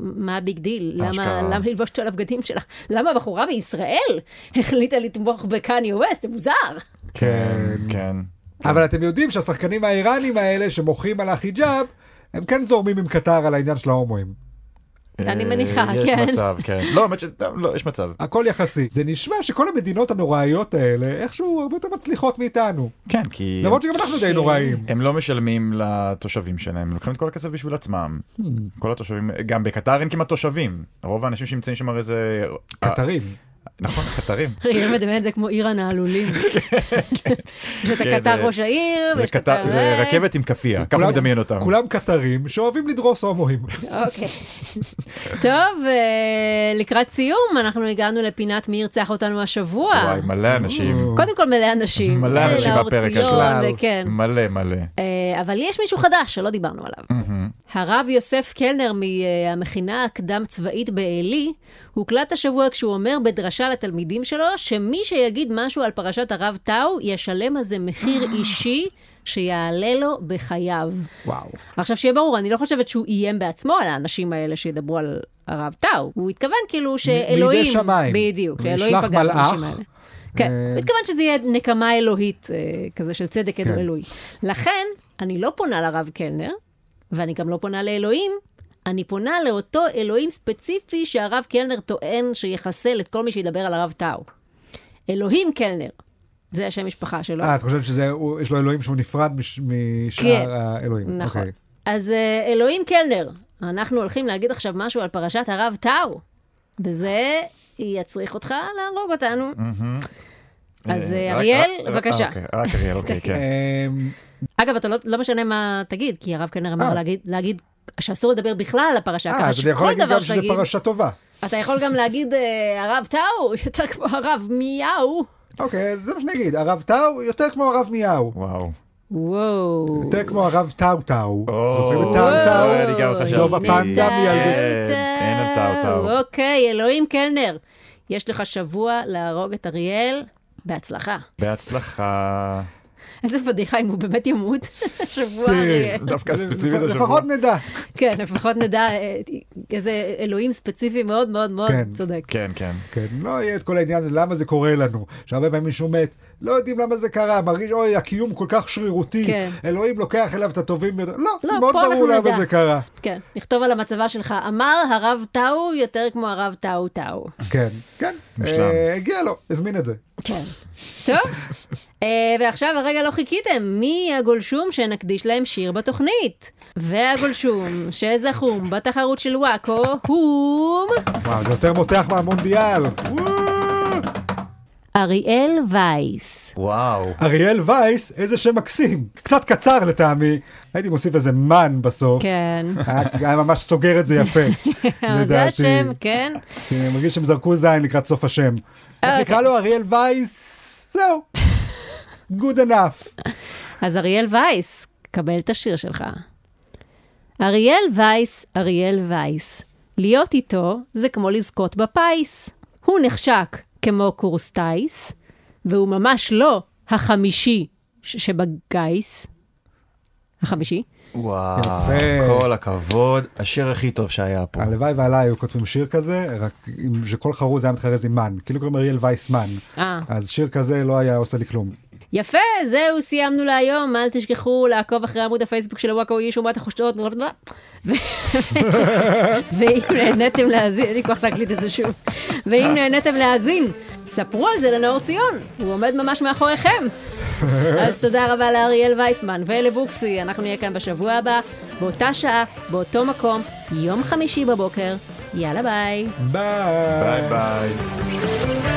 S2: מה הביג דיל? למה
S3: אשכרה.
S2: למה ללבוש את כל הבגדים שלך? למה הבחורה בישראל החליטה לתמוך בקניה ווסט? זה מוזר.
S3: [LAUGHS] כן, כן.
S1: אבל אתם יודעים שהשחקנים האיראנים האלה שמוחים על החיג'אב, הם כן זורמים עם קטר על העניין של ההומואים.
S2: אני
S3: אה,
S2: מניחה, כן.
S3: יש מצב, כן. לא, האמת ש... טוב, לא, יש מצב.
S1: הכל יחסי. זה נשמע שכל המדינות הנוראיות האלה איכשהו הרבה יותר מצליחות מאיתנו.
S3: כן, כי...
S1: למרות שגם אנחנו די נוראים.
S3: הם לא משלמים לתושבים שלהם, הם לוקחים את כל הכסף בשביל עצמם. כל התושבים, גם בקטר אין כמעט תושבים. רוב האנשים שנמצאים שם הרי זה... אה,
S1: קטרים.
S3: נכון, קטרים.
S2: ראיון מדמיין את זה כמו עיר הנעלולים. [LAUGHS] יש את
S3: כן,
S2: הקטר
S3: אה,
S2: ראש העיר,
S3: זה
S2: ויש
S3: קטר-
S2: קטר...
S3: זה רכבת עם כאפיה, ככה
S1: כולם-
S3: הוא מדמיין אותם.
S1: כולם קטרים שאוהבים לדרוס
S3: [LAUGHS]
S1: הומואים.
S2: אוקיי. [LAUGHS] טוב, אה, לקראת סיום, אנחנו הגענו לפינת מי ירצח אותנו השבוע.
S3: וואי, מלא אנשים.
S2: קודם כל מלא אנשים.
S3: מלא
S2: אה,
S3: אנשים
S2: נאור
S3: בפרק
S2: ציון,
S1: הזה.
S2: וכן.
S3: מלא מלא.
S2: אה, אבל יש מישהו חדש שלא דיברנו עליו. הרב יוסף קלנר מהמכינה הקדם צבאית בעלי, הוקלט השבוע כשהוא אומר בדרשה לתלמידים שלו, שמי שיגיד משהו על פרשת הרב טאו, ישלם על זה מחיר אישי שיעלה לו בחייו.
S1: וואו.
S2: עכשיו שיהיה ברור, אני לא חושבת שהוא איים בעצמו על האנשים האלה שידברו על הרב טאו. הוא התכוון כאילו שאלוהים...
S1: מידי שמיים.
S2: בדיוק,
S1: הוא
S2: אלוהים
S1: ישלח
S2: פגע באנשים
S1: מלאך.
S2: האלה. כן,
S1: אה,
S2: הוא התכוון שזה יהיה נקמה אלוהית, אה, כזה של צדק
S1: כן.
S2: עדר אלוהי. לכן, אני לא פונה לרב קלנר, ואני גם לא פונה לאלוהים, אני פונה לאותו אלוהים ספציפי שהרב קלנר טוען שיחסל את כל מי שידבר על הרב טאו. אלוהים קלנר. זה השם משפחה שלו.
S1: אה, את חושבת שיש לו אלוהים שהוא נפרד מש-
S2: כן.
S1: משאר האלוהים.
S2: נכון.
S1: אוקיי.
S2: אז אה, אלוהים קלנר, אנחנו הולכים להגיד עכשיו משהו על פרשת הרב טאו, וזה יצריך אותך להרוג אותנו. אז אה,
S3: רק-
S2: אריאל,
S3: רק-
S2: בבקשה.
S3: אה, אוקיי, רק אריאל,
S2: [LAUGHS]
S3: אוקיי, כן.
S1: אמ,
S2: אגב, אתה לא- לא משנה מה תגיד, כי הרב קלנר אמר
S1: אה.
S2: להגיד- להגיד שאסור לדבר בכלל על הפרשה,
S1: אה,
S2: ככה
S1: אז אני יכול
S2: שכל
S1: להגיד
S2: דבר
S1: גם שזה
S2: שתגיד,
S1: פרשה טובה.
S2: אתה יכול גם להגיד אה, הרב טאו, [LAUGHS] יותר כמו הרב מיהו.
S1: אוקיי, אז זה מה שנגיד, הרב טאו יותר כמו הרב מיהו.
S3: וואו.
S2: וואו.
S1: יותר כמו הרב טאו טאו.
S3: או,
S1: זוכרים את
S3: טאו,
S1: טאו
S3: טאו,
S1: טאו?
S3: אני גם חשבתי.
S1: דוב הפנטה
S2: טאו,
S1: מילדות.
S2: טאו.
S3: אין על טאו, טאו.
S2: אוקיי, אלוהים קלנר, יש לך שבוע להרוג את אריאל, בהצלחה.
S3: בהצלחה.
S2: איזה פדיחה אם הוא באמת ימות, [LAUGHS] שבוע
S1: תראה,
S2: אריאל.
S3: כן, דווקא ספציפית השבוע.
S1: לפחות נדע.
S2: כן, לפחות נדע אה, איזה אלוהים ספציפי מאוד מאוד מאוד
S1: כן.
S2: צודק.
S3: כן, כן.
S1: כן, לא יהיה את כל העניין הזה, למה זה קורה לנו. שהרבה פעמים מישהו מת, לא יודעים למה זה קרה, מרגיש, אוי, הקיום כל כך שרירותי,
S2: כן.
S1: אלוהים לוקח אליו את הטובים ביותר.
S2: לא,
S1: לא, מאוד
S2: פה אנחנו
S1: ברור
S2: נדע.
S1: למה זה קרה.
S2: כן, נכתוב על המצבה שלך, אמר הרב טאו יותר כמו הרב טאו טאו.
S1: כן, כן.
S3: מושלם.
S1: אה, הגיע לו, הזמין את זה.
S2: כן. טוב, אה, ועכשיו הרגע לא חיכיתם, מי הגולשום שנקדיש להם שיר בתוכנית? והגולשום שזכום בתחרות של וואקו הוא
S1: וואו, זה יותר מותח מהמונדיאל.
S2: אריאל וייס.
S3: וואו.
S1: אריאל וייס, איזה שם מקסים. קצת קצר לטעמי, הייתי מוסיף איזה מן בסוף.
S2: כן.
S1: היה היה ממש סוגר את זה יפה.
S2: אבל [LAUGHS] זה
S1: לדעתי.
S2: השם, כן?
S1: כי אני מרגיש שהם זרקו זין לקראת סוף השם.
S2: אוקיי.
S1: איך נקרא לו אריאל וייס? זהו. Good enough.
S2: אז אריאל וייס, קבל את השיר שלך. אריאל וייס, אריאל וייס. להיות איתו זה כמו לזכות בפיס. הוא נחשק כמו קורס טיס, והוא ממש לא החמישי ש- שבגיס. החמישי?
S3: וואו,
S1: יפה.
S3: כל הכבוד, השיר הכי טוב שהיה פה.
S1: הלוואי ועליי היו כותבים שיר כזה, רק עם- שכל חרוז היה מתחרז עם מן. כאילו קוראים אריאל וייס מן.
S2: אה.
S1: אז שיר כזה לא היה עושה לי כלום.
S2: יפה, זהו, סיימנו להיום. אל תשכחו לעקוב אחרי עמוד הפייסבוק של הוואקו איש ומה החושדות. ו- ואם נהניתם להאזין, אין לי כוח להקליט את זה שוב. ואם נהניתם להאזין, ספרו על זה לנאור ציון, הוא עומד ממש מאחוריכם. אז תודה רבה לאריאל וייסמן ולבוקסי, אנחנו נהיה כאן בשבוע הבא, באותה שעה, באותו מקום, יום חמישי בבוקר. יאללה ביי.
S1: ביי.
S3: ביי.